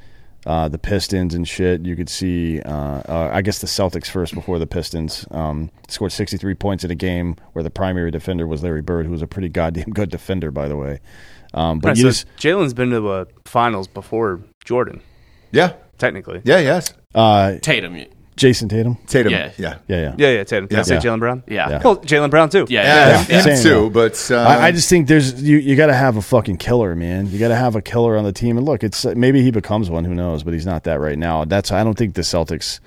Speaker 6: uh, the Pistons and shit. You could see, uh, uh, I guess, the Celtics first before the Pistons um, scored 63 points in a game where the primary defender was Larry Bird, who was a pretty goddamn [laughs] good defender, by the way. Um, but
Speaker 3: Right,
Speaker 6: you
Speaker 3: so
Speaker 6: just,
Speaker 3: Jalen's been to the finals before Jordan,
Speaker 2: Yeah.
Speaker 3: technically.
Speaker 2: Yeah. Yes.
Speaker 6: uh,
Speaker 5: [clears throat] Tatum. Yeah,
Speaker 6: Jason Tatum.
Speaker 2: Tatum.
Speaker 5: Yeah.
Speaker 2: Yeah.
Speaker 6: Yeah, yeah,
Speaker 3: Yeah, yeah, Tatum. Did I say
Speaker 6: Yeah.
Speaker 3: Jalen Brown?
Speaker 5: Yeah.
Speaker 3: Well, Jalen Brown too.
Speaker 2: Yeah,
Speaker 6: Yeah.
Speaker 2: him
Speaker 6: Same.
Speaker 2: too, but uh,
Speaker 6: I, I just think there's you. You got to have a fucking killer, man. You got to have a killer on the team. And look, it's maybe he becomes one. Who knows? But he's not that right now. That's I don't think the Celtics.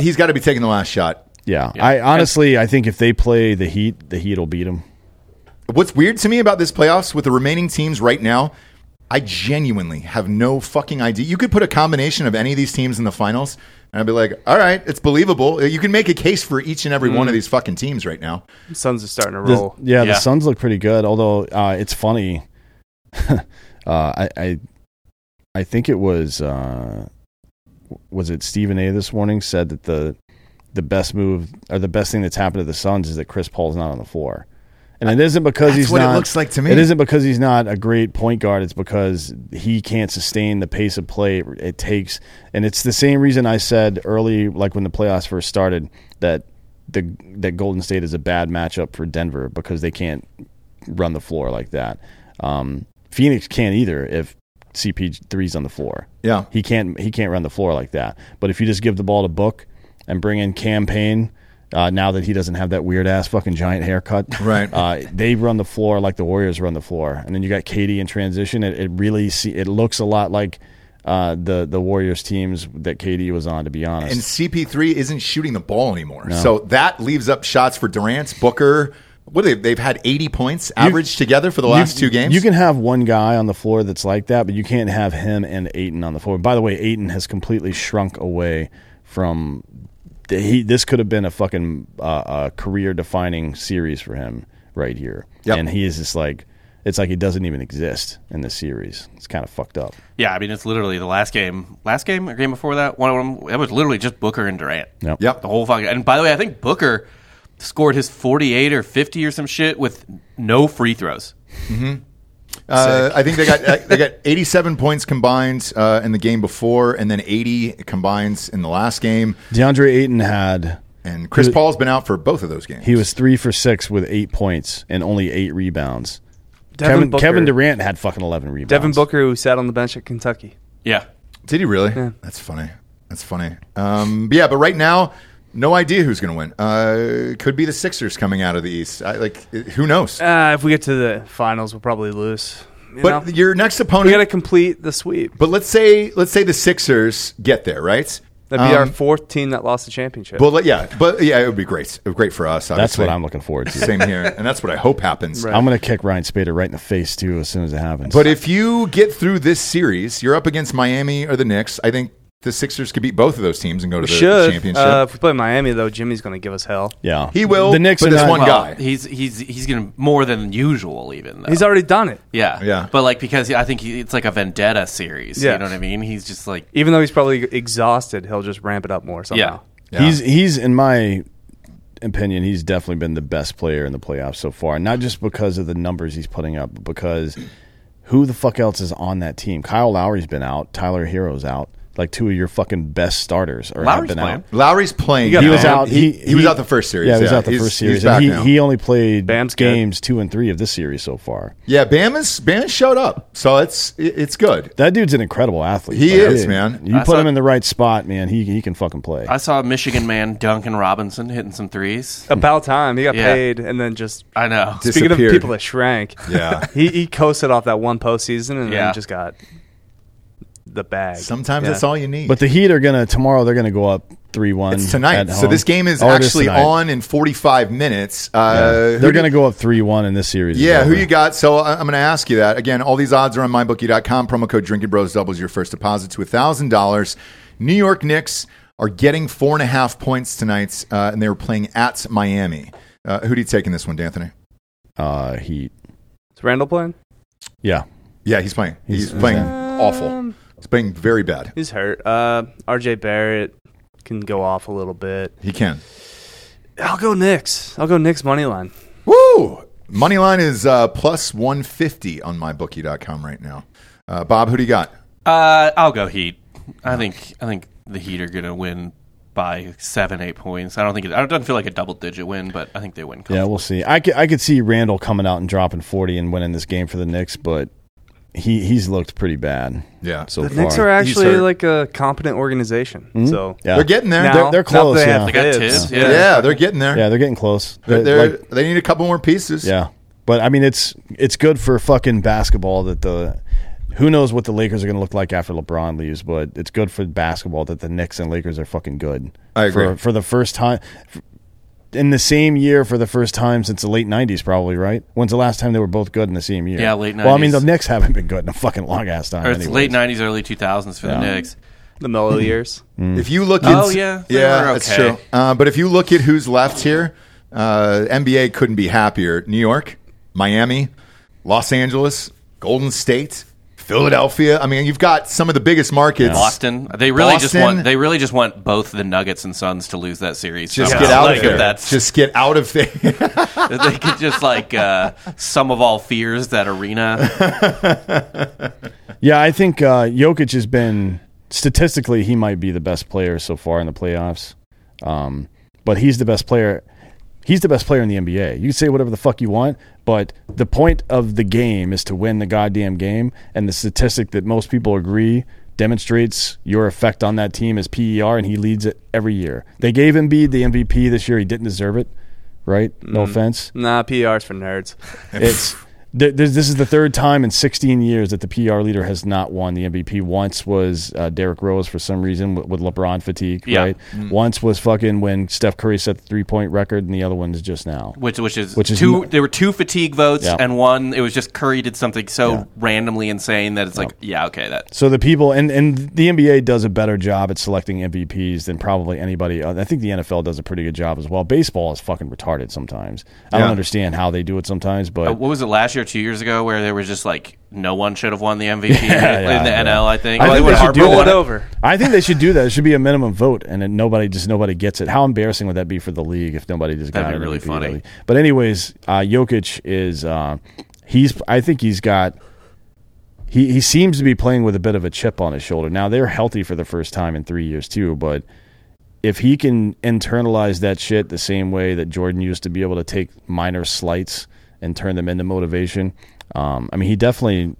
Speaker 2: he's got to be taking the last shot.
Speaker 6: Yeah, I honestly, I think if they play the Heat, the Heat will beat them.
Speaker 2: What's weird to me about this playoffs with the remaining teams right now, I genuinely have no fucking idea. You could put a combination of any of these teams in the finals, and I'd be like, all right, it's believable. You can make a case for each and every one
Speaker 6: Mm.
Speaker 2: of these fucking teams right now.
Speaker 3: Suns is starting to
Speaker 6: The-
Speaker 3: roll.
Speaker 6: yeah, the
Speaker 5: Yeah.
Speaker 6: Suns look pretty good. Although uh, it's funny, [laughs] uh, I, I I think it was uh, was it Stephen A. this morning said that the the best move or the best thing that's happened to the Suns is that Chris Paul's not on the floor, and it isn't because
Speaker 2: That's
Speaker 6: he's
Speaker 2: what it
Speaker 6: not.
Speaker 2: looks like to me.
Speaker 6: It isn't because he's not a great point guard. It's because he can't sustain the pace of play it, it takes, and it's the same reason I said early, like when the playoffs first started, that the that Golden State is a bad matchup for Denver because they can't run the floor like that. Um, Phoenix can't either if CP3's on the floor.
Speaker 2: Yeah.
Speaker 6: He can't he can't run the floor like that. But if you just give the ball to Book and bring in campaign uh, now that he doesn't have that weird ass fucking giant haircut,
Speaker 2: Right.
Speaker 6: Uh, they run the floor like the Warriors run the floor, and then you got Katie in transition. It, it really see, it looks a lot like uh, the the Warriors teams that Katie was on. To be honest,
Speaker 2: And CP3 isn't shooting the ball anymore. So that leaves up shots for Durant, Booker. What are they, they've had 80 points average together for the last
Speaker 6: you,
Speaker 2: two games.
Speaker 6: You can have one guy on the floor that's like that, but you can't have him and Aiton on the floor. By the way, Aiton has completely shrunk away from. The, he this could have been a fucking uh, uh, career defining series for him right here,
Speaker 2: Yep.
Speaker 6: and he is just like it's like he doesn't even exist in this series. It's kind of fucked up.
Speaker 5: I mean, it's literally the last game, last game or game before that. One of them, that was literally just Booker and Durant.
Speaker 6: Yep.
Speaker 2: Yep.
Speaker 5: The whole fucking. And by the way, I think Booker scored his 48 or 50 or some shit with no free throws.
Speaker 2: Uh, I think they got uh, they got 87 points combined uh, in the game before, and then 80 combined in the last game.
Speaker 6: DeAndre Ayton had
Speaker 2: And Chris Paul's been out for both of those games.
Speaker 6: he was three for six with eight points and only eight rebounds.
Speaker 3: Devin
Speaker 6: Kevin,
Speaker 3: Booker-
Speaker 6: Kevin Durant had fucking eleven rebounds.
Speaker 3: Devin Booker, who sat on the bench at Kentucky.
Speaker 5: Yeah.
Speaker 2: Did he really? That's funny. That's funny. Um, but yeah, but right now, no idea who's going to win. Uh, could be the Sixers coming out of the East. I, like, it- who knows?
Speaker 3: Uh, if we get to the finals, we'll probably lose. You
Speaker 2: but
Speaker 3: know?
Speaker 2: your next
Speaker 3: we
Speaker 2: opponent.
Speaker 3: got to complete the sweep.
Speaker 2: but let's say let's say the Sixers get there, right?
Speaker 3: That'd be
Speaker 2: Um,
Speaker 3: our fourth team that lost the championship.
Speaker 2: Well, let- yeah, but yeah, it would be great. It would be great for us.
Speaker 6: That's
Speaker 2: Obviously.
Speaker 6: what I'm
Speaker 3: [laughs]
Speaker 6: looking forward to.
Speaker 2: Same here, and that's what I hope
Speaker 6: [laughs]
Speaker 2: happens.
Speaker 3: Right.
Speaker 6: I'm gonna kick Ryan Spader right in the face too as soon as it happens.
Speaker 2: But if you get through this series, you're up against Miami or the Knicks. I think the Sixers could beat both of those teams and go to the, the
Speaker 3: should.
Speaker 2: championship.
Speaker 3: Uh, if we play Miami, though, Jimmy's going to give us hell.
Speaker 6: yeah,
Speaker 2: He will,
Speaker 6: The Knicks
Speaker 2: but
Speaker 6: are
Speaker 2: there's
Speaker 6: not,
Speaker 2: one
Speaker 5: Well,
Speaker 2: guy.
Speaker 5: He's he's he's gonna more than usual even. Though.
Speaker 3: He's already done it.
Speaker 5: yeah
Speaker 2: Yeah.
Speaker 5: But like because I think he, it's like a vendetta series.
Speaker 3: Yeah.
Speaker 5: You know what I mean? He's just like
Speaker 3: Even though he's probably exhausted, he'll just ramp it up more somehow.
Speaker 2: Yeah.
Speaker 6: He's he's in my opinion, he's definitely been the best player in the playoffs so far. Not just because of the numbers he's putting up, but because who the fuck else is on that team? Kyle Lowry's been out, Tyler Hero's out. Like two of your fucking best starters are have
Speaker 5: Lowry's
Speaker 6: been
Speaker 5: playing.
Speaker 6: out.
Speaker 2: Lowry's playing.
Speaker 3: got
Speaker 6: He
Speaker 2: now.
Speaker 6: was out.
Speaker 2: He,
Speaker 6: He,
Speaker 2: he was out the first series.
Speaker 6: Yeah, he was out the
Speaker 2: He's-
Speaker 6: first series.
Speaker 2: He's back
Speaker 6: and he,
Speaker 2: now.
Speaker 6: he only played
Speaker 3: Bam's good.
Speaker 6: games two and three of this series so far.
Speaker 2: yeah, Bam is Bam has showed up, so it's it- it's good.
Speaker 6: That dude's an incredible athlete.
Speaker 2: He is, man.
Speaker 6: You
Speaker 5: I
Speaker 6: put
Speaker 5: saw-
Speaker 6: him in the right spot, man. He he can fucking play.
Speaker 5: I saw Michigan man Duncan Robinson hitting some threes.
Speaker 3: About time. He got
Speaker 5: Yeah.
Speaker 3: paid and then just.
Speaker 5: I know.
Speaker 3: Speaking of
Speaker 2: Disappeared.
Speaker 3: people that shrank,
Speaker 2: Yeah.
Speaker 3: [laughs] he, he coasted off that one postseason and
Speaker 5: Yeah.
Speaker 3: then just got the bag.
Speaker 2: Sometimes
Speaker 3: Yeah.
Speaker 2: that's all you need.
Speaker 6: But the Heat are gonna tomorrow. They're gonna go up three one.
Speaker 2: it's tonight, so this game
Speaker 6: Oh,
Speaker 2: is actually on in 45 minutes. Uh,
Speaker 6: They're
Speaker 2: who do-
Speaker 6: gonna go up three one in this series. is
Speaker 2: Yeah, who
Speaker 6: over.
Speaker 2: you got? So I- I'm going to ask you that. Again, all these odds are on mybookie.com. Promo code Drinking Bros doubles your first deposit to $1,000. New York Knicks are getting four and a half points tonight, uh, and they were playing at Miami. Uh, who do you take in this one, D'Anthony?
Speaker 6: Uh, Heat.
Speaker 3: Is Randall playing?
Speaker 6: Yeah,
Speaker 2: Yeah, he's playing. He's,
Speaker 6: He's-
Speaker 2: playing awful.
Speaker 3: Um,
Speaker 2: He's playing very bad.
Speaker 3: He's hurt. Uh, RJ Barrett can go off a little bit.
Speaker 2: He can.
Speaker 3: I'll go Knicks. I'll go Knicks money line.
Speaker 2: Woo! Money line is uh, plus 150 on mybookie.com right now. Uh, Bob, who do you got?
Speaker 5: Uh, I'll go Heat. I think I think the Heat are gonna win by seven, eight points. I don't think it, I don't feel like a double digit win, but I think they win.
Speaker 6: Yeah, we'll see. I could, I could see Randall coming out and dropping 40 and winning this game for the Knicks, but he he's looked pretty bad.
Speaker 2: Yeah.
Speaker 6: So
Speaker 2: The
Speaker 6: far.
Speaker 3: Knicks are actually
Speaker 2: hurt.
Speaker 3: like a competent organization. So
Speaker 6: Mm-hmm. Yeah.
Speaker 2: They're getting there. They're-
Speaker 3: Now,
Speaker 6: they're
Speaker 3: not that
Speaker 6: close,
Speaker 3: They,
Speaker 6: yeah.
Speaker 3: have
Speaker 6: They
Speaker 5: got
Speaker 3: kids.
Speaker 5: Tibbs,
Speaker 3: Yeah.
Speaker 5: yeah.
Speaker 2: yeah, they're getting there.
Speaker 6: yeah, they're getting close.
Speaker 2: They're,
Speaker 6: They-
Speaker 2: they're-
Speaker 6: like-
Speaker 2: they need a couple more pieces.
Speaker 6: yeah. But I mean it's it's good for fucking basketball that the who knows what the Lakers are going to look like after LeBron leaves, but it's good for basketball that the Knicks and Lakers are fucking good.
Speaker 2: I agree.
Speaker 6: For, for the first time in the same year for the first time since the late 90s probably, right? When's the last time they were both good in the same year?
Speaker 5: Yeah, late
Speaker 6: Well, I mean the
Speaker 5: 90s.
Speaker 6: Knicks haven't been good in a fucking long ass time
Speaker 5: Or it's
Speaker 6: anyways.
Speaker 5: late '90s, early 2000s for
Speaker 6: Yeah.
Speaker 5: the Knicks.
Speaker 3: The mellow
Speaker 6: Mm-hmm.
Speaker 3: years.
Speaker 2: If you look at
Speaker 5: Oh, yeah. They
Speaker 2: yeah,
Speaker 5: were
Speaker 2: that's
Speaker 5: okay.
Speaker 2: true. Uh, but if you look at who's left here, uh, NBA couldn't be happier. New York, Miami, Los Angeles, Golden State, Philadelphia. I mean, you've got some of the biggest markets.
Speaker 5: Boston. They really just
Speaker 2: Boston.
Speaker 5: want. They really just want both the Nuggets and Suns to lose that series.
Speaker 2: Just
Speaker 5: somehow.
Speaker 2: get out
Speaker 5: like
Speaker 2: of
Speaker 5: if
Speaker 2: there.
Speaker 5: That's
Speaker 2: Just get out of there. [laughs]
Speaker 5: if [laughs] they could just like uh, sum of all fears that arena.
Speaker 6: Yeah, I think uh, Jokic has been statistically he might be the best player so far in the playoffs. Um, but he's the best player. He's the best player in the NBA. You can say whatever the fuck you want, but the point of the game is to win the goddamn game. And the statistic that most people agree demonstrates your effect on that team is PER, and he leads it every year. They gave Embiid the MVP this year. He didn't deserve it, right? No offense.
Speaker 3: Nah, PR's for nerds.
Speaker 6: [laughs] It's th- this this is the third time in 16 years that the PR leader has not won the MVP. Once was uh, Derrick Rose for some reason with, with LeBron fatigue,
Speaker 5: Yeah.
Speaker 6: right? Once was fucking when Steph Curry set the three point record, and the other one is just now.
Speaker 5: Which, which is
Speaker 6: Which is
Speaker 5: two.
Speaker 6: n-
Speaker 5: there were two fatigue votes,
Speaker 6: Yeah.
Speaker 5: and one it was just Curry did something so
Speaker 6: Yeah.
Speaker 5: randomly insane that it's like, yeah, okay, that
Speaker 6: So the people and, and the NBA does a better job at selecting MVPs than probably anybody. Other. I think the NFL does a pretty good job as well. Baseball is fucking retarded sometimes. I
Speaker 2: Yeah.
Speaker 6: don't understand how they do it sometimes, but
Speaker 5: Uh, what was it last year, two years ago, where there was just like no one should have won the MVP in the
Speaker 6: yeah.
Speaker 5: NL. I think.
Speaker 6: I
Speaker 5: Well, they
Speaker 6: think they
Speaker 5: would
Speaker 6: should
Speaker 5: Harper
Speaker 6: do
Speaker 5: won
Speaker 6: that.
Speaker 3: Roll it
Speaker 5: it.
Speaker 3: over.
Speaker 6: [laughs] I think they should do that. It should be a minimum vote, and then nobody just nobody gets it. How embarrassing would that be for the league if nobody just got
Speaker 5: That'd be
Speaker 6: it?
Speaker 5: really
Speaker 6: It'd be
Speaker 5: funny.
Speaker 6: But anyways, uh, Jokic is uh, he's I think he's got he he seems to be playing with a bit of a chip on his shoulder. Now they're healthy for the first time in three years too, but if he can internalize that shit the same way that Jordan used to be able to take minor slights and turn them into motivation, um, I mean he definitely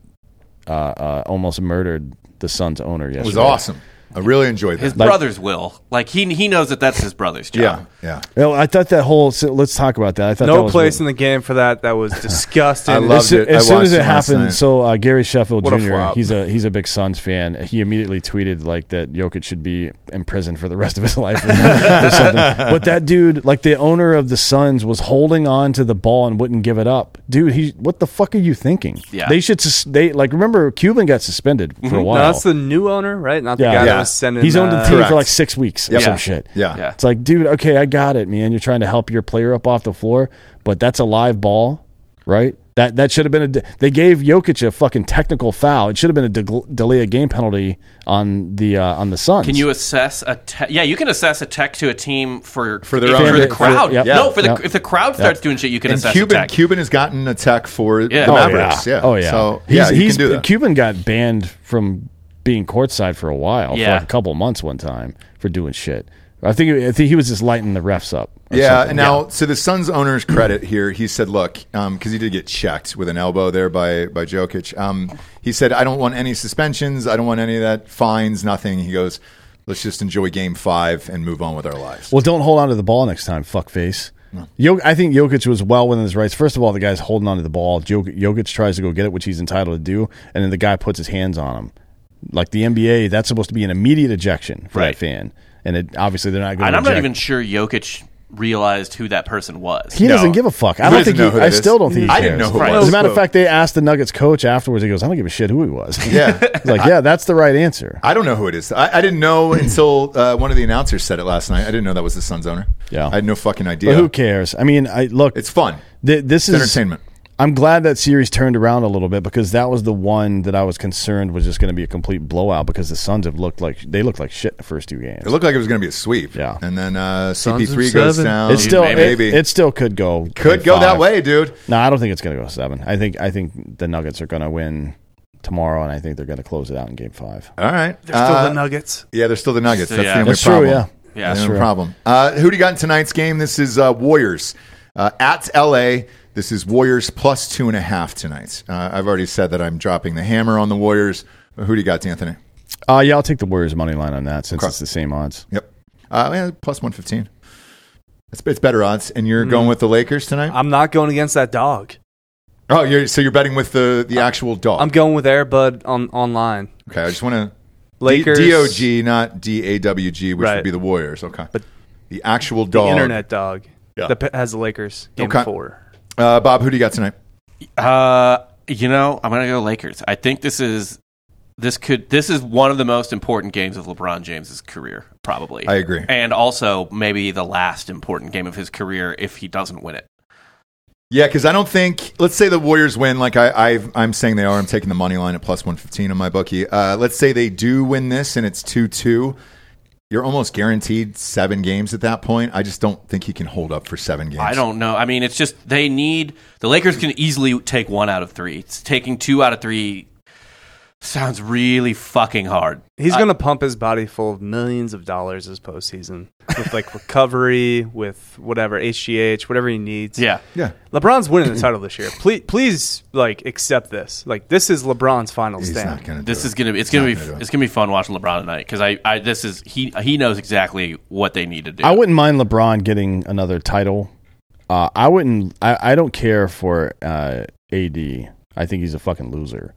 Speaker 6: uh, uh, almost murdered the Suns owner yesterday.
Speaker 2: It was awesome. I really enjoyed that.
Speaker 5: His brothers will like he he knows that that's his brother's job.
Speaker 2: yeah, yeah.
Speaker 6: Well, I thought that whole. so Let's talk about that. I thought that
Speaker 3: No
Speaker 6: was
Speaker 3: place
Speaker 6: really-
Speaker 3: in the game for that. That
Speaker 6: [laughs]
Speaker 3: was disgusting.
Speaker 2: I love-
Speaker 6: as, soo-
Speaker 2: it. I
Speaker 6: as soon
Speaker 2: watched
Speaker 6: as it
Speaker 2: it last
Speaker 6: happened,
Speaker 2: night.
Speaker 6: so uh, Gary Sheffield
Speaker 2: What a
Speaker 6: Jr.
Speaker 2: flop.
Speaker 6: he's a he's a big Suns fan. He immediately tweeted like that Jokic should be in prison for the rest of his [laughs] life. or something. But that dude, like the owner of the Suns, was holding on to the ball and wouldn't give it up. Dude, he what the fuck are you thinking?
Speaker 5: Yeah.
Speaker 6: they should sus- they like remember Cuban got suspended
Speaker 2: Mm-hmm.
Speaker 6: for a
Speaker 3: No,
Speaker 6: while.
Speaker 3: that's the new owner, right? Not the guy
Speaker 6: Yeah.
Speaker 2: Yeah.
Speaker 3: that was sending.
Speaker 6: he's owned the
Speaker 3: uh,
Speaker 6: team
Speaker 2: Correct.
Speaker 6: for like six weeks or
Speaker 2: Yep.
Speaker 6: some
Speaker 2: Yeah.
Speaker 6: shit.
Speaker 2: Yeah.
Speaker 5: Yeah.
Speaker 6: It's like, dude, okay, I got it, man. You're trying to help your player up off the floor, but that's a live ball, right? That that should have been a. de- They gave Jokic a fucking technical foul. It should have been a de- delay a game penalty on the uh, on the Suns.
Speaker 5: Can you assess a te- yeah? You can assess a tech to a team for
Speaker 2: For their own-
Speaker 5: the
Speaker 2: for-
Speaker 5: crowd.
Speaker 6: yep,
Speaker 5: no, for the
Speaker 6: yep.
Speaker 5: if the crowd starts doing shit, you can
Speaker 2: And
Speaker 5: assess a
Speaker 2: Cuban
Speaker 5: tech.
Speaker 2: Cuban has gotten a tech for
Speaker 5: Yeah.
Speaker 2: the
Speaker 5: Oh,
Speaker 2: Mavericks. Yeah.
Speaker 6: Oh yeah.
Speaker 2: So
Speaker 6: he's,
Speaker 2: yeah, you
Speaker 6: he's-
Speaker 2: can do that.
Speaker 6: Cuban got banned from being courtside for a while, for
Speaker 5: Yeah.
Speaker 6: like a couple months one time for doing shit. I think I think he was just lighting the refs up. or
Speaker 2: Yeah,
Speaker 6: something.
Speaker 2: and now to the Suns owner's credit here, he said, "Look, because he did get checked with an elbow there by by Jokic. Um, he said, I don't want any suspensions. I don't want any of that fines. Nothing." He goes, "Let's just enjoy Game Five and move on with our lives."
Speaker 6: Well, don't hold on to the ball next time, fuckface. Jok- I think Jokic was well within his rights. First of all, the guy's holding on to the ball. Jokic, Jokic tries to go get it, which he's entitled to do, and then the guy puts his hands on him. Like the NBA, that's supposed to be an immediate ejection for
Speaker 5: Right.
Speaker 6: that fan, and it, obviously they're not going.
Speaker 5: and
Speaker 6: to
Speaker 5: I'm not even sure Jokic realized who that person was.
Speaker 6: He doesn't
Speaker 2: No.
Speaker 6: give a fuck.
Speaker 2: He
Speaker 6: I don't
Speaker 2: doesn't
Speaker 6: think.
Speaker 2: know
Speaker 6: He,
Speaker 2: who
Speaker 6: I
Speaker 2: it is.
Speaker 6: still don't think. He
Speaker 2: I didn't
Speaker 6: cares.
Speaker 2: know who it
Speaker 6: As
Speaker 2: was.
Speaker 6: a matter of
Speaker 2: Well-
Speaker 6: fact, they asked the Nuggets coach afterwards. He goes, "I don't give a shit who he was."
Speaker 2: Yeah.
Speaker 6: [laughs] He's like, "Yeah, that's the right answer."
Speaker 2: I don't know who it is. I, I didn't
Speaker 6: [clears throat]
Speaker 2: know until uh, one of the announcers said it last night. I didn't know that was the Suns owner.
Speaker 6: Yeah.
Speaker 2: I had no fucking idea.
Speaker 6: But who cares? I mean, I look.
Speaker 2: It's fun.
Speaker 6: Th- this
Speaker 2: It's
Speaker 6: is
Speaker 2: entertainment.
Speaker 6: I'm glad that series turned around a little bit because that was the one that I was concerned was just going to be a complete blowout because the Suns have looked like they looked like shit the first two games.
Speaker 2: It looked like it was going to be a sweep.
Speaker 6: Yeah.
Speaker 2: and then uh,
Speaker 3: Suns
Speaker 2: CP3
Speaker 3: in
Speaker 2: goes
Speaker 3: seven.
Speaker 2: down.
Speaker 6: it's still
Speaker 2: maybe
Speaker 6: It, it still could go
Speaker 2: could
Speaker 6: to
Speaker 2: go that
Speaker 6: five.
Speaker 2: way, dude.
Speaker 6: No, I don't think it's going to go seven. I think I think the Nuggets are going to win tomorrow, and I think they're going to close it out in Game Five.
Speaker 2: All right.
Speaker 3: Still
Speaker 2: Uh,
Speaker 3: the Nuggets.
Speaker 2: yeah, they're still the Nuggets.
Speaker 5: Still,
Speaker 2: That's
Speaker 5: yeah.
Speaker 2: the only
Speaker 6: That's true,
Speaker 2: problem.
Speaker 6: yeah.
Speaker 5: Yeah,
Speaker 2: that's
Speaker 5: that's
Speaker 2: the only
Speaker 6: true.
Speaker 2: problem. Uh, who do you got in tonight's game? This is uh, Warriors uh, at LA. This is Warriors plus two and a half tonight. Uh, I've already said that I'm dropping the hammer on the Warriors. Who do you got, Anthony?
Speaker 6: Uh, yeah, I'll take the Warriors money line on that since it's the same odds.
Speaker 2: Yep. Uh, yeah, plus 115. It's, it's better odds. And you're
Speaker 3: Mm.
Speaker 2: going with the Lakers tonight?
Speaker 3: I'm not going against that dog.
Speaker 2: oh, you're, so you're betting with the, the actual dog.
Speaker 3: I'm going with Airbud on online.
Speaker 2: okay, I just want to.
Speaker 3: Lakers.
Speaker 2: D-O-G, not D-A-W-G, which would
Speaker 3: Right.
Speaker 2: be the Warriors. Okay.
Speaker 3: But-
Speaker 2: the actual
Speaker 3: The
Speaker 2: dog.
Speaker 3: internet dog
Speaker 2: Yeah.
Speaker 3: that p- has the Lakers game
Speaker 2: Okay.
Speaker 3: four.
Speaker 2: Uh, Bob, who do you got tonight?
Speaker 5: Uh, you know, I'm gonna go Lakers. I think this is this could this is one of the most important games of LeBron James's career, probably.
Speaker 2: I agree.
Speaker 5: and also maybe the last important game of his career if he doesn't win it.
Speaker 2: Yeah, because I don't think. Let's say the Warriors win, like I, I, I'm saying they are. I'm taking the money line at plus 115 on my bookie. Uh, let's say they do win this and it's 2 2. You're almost guaranteed seven games at that point. I just don't think he can hold up for seven games.
Speaker 5: I don't know. I mean, it's just they need the Lakers can easily take one out of three. It's taking two out of three sounds really fucking hard.
Speaker 3: He's going to pump his body full of millions of dollars this postseason with like recovery, with whatever HGH, whatever he needs.
Speaker 5: Yeah.
Speaker 2: Yeah.
Speaker 3: LeBron's winning the title this year. Please, please, like accept this. Like this is LeBron's final
Speaker 2: He's
Speaker 3: stand.
Speaker 2: not going to.
Speaker 5: This is gonna be it's gonna be
Speaker 2: gonna do it.
Speaker 5: it's gonna be fun watching LeBron tonight because I, I this is he he knows exactly what they need to do.
Speaker 6: I wouldn't mind LeBron getting another title. Uh, I wouldn't. I, I don't care for uh, AD. I think he's a fucking loser.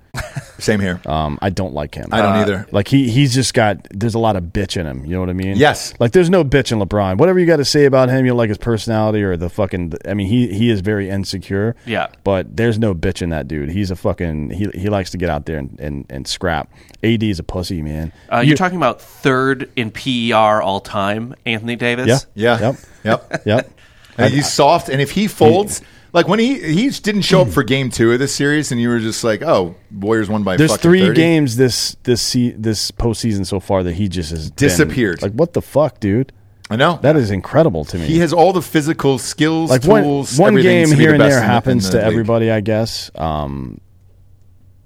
Speaker 2: Same here.
Speaker 6: Um, I don't like him.
Speaker 2: I don't either.
Speaker 6: Like he he's just got there's a lot of bitch in him. You know what I mean?
Speaker 2: Yes.
Speaker 6: Like there's no bitch in LeBron. Whatever you got to say about him, you know, like his personality or the fucking. I mean, he he is very insecure.
Speaker 5: Yeah.
Speaker 6: But there's no bitch in that dude. He's a fucking. He he likes to get out there and and, and scrap. AD is a pussy man.
Speaker 5: Uh, you're talking about third in PER all time, Anthony Davis.
Speaker 2: Yeah.
Speaker 6: Yeah. Yep. [laughs]
Speaker 2: Yep.
Speaker 6: Yep.
Speaker 2: [laughs] And he's soft, and if he folds, like when he he just didn't show up for game two of this series, and you were just like, oh, Warriors won by.
Speaker 6: There's
Speaker 2: fucking
Speaker 6: three
Speaker 2: 30.
Speaker 6: games this this se- this postseason so far that he just has been-
Speaker 2: Disappeared.
Speaker 6: like what the fuck, dude?
Speaker 2: I know
Speaker 6: That is incredible to me.
Speaker 2: he has all the physical skills,
Speaker 6: like one,
Speaker 2: tools.
Speaker 6: one
Speaker 2: everything
Speaker 6: game
Speaker 2: to be
Speaker 6: here
Speaker 2: the
Speaker 6: and
Speaker 2: best
Speaker 6: there
Speaker 2: in the- in
Speaker 6: happens
Speaker 2: the
Speaker 6: to
Speaker 2: league.
Speaker 6: everybody, I guess. Um,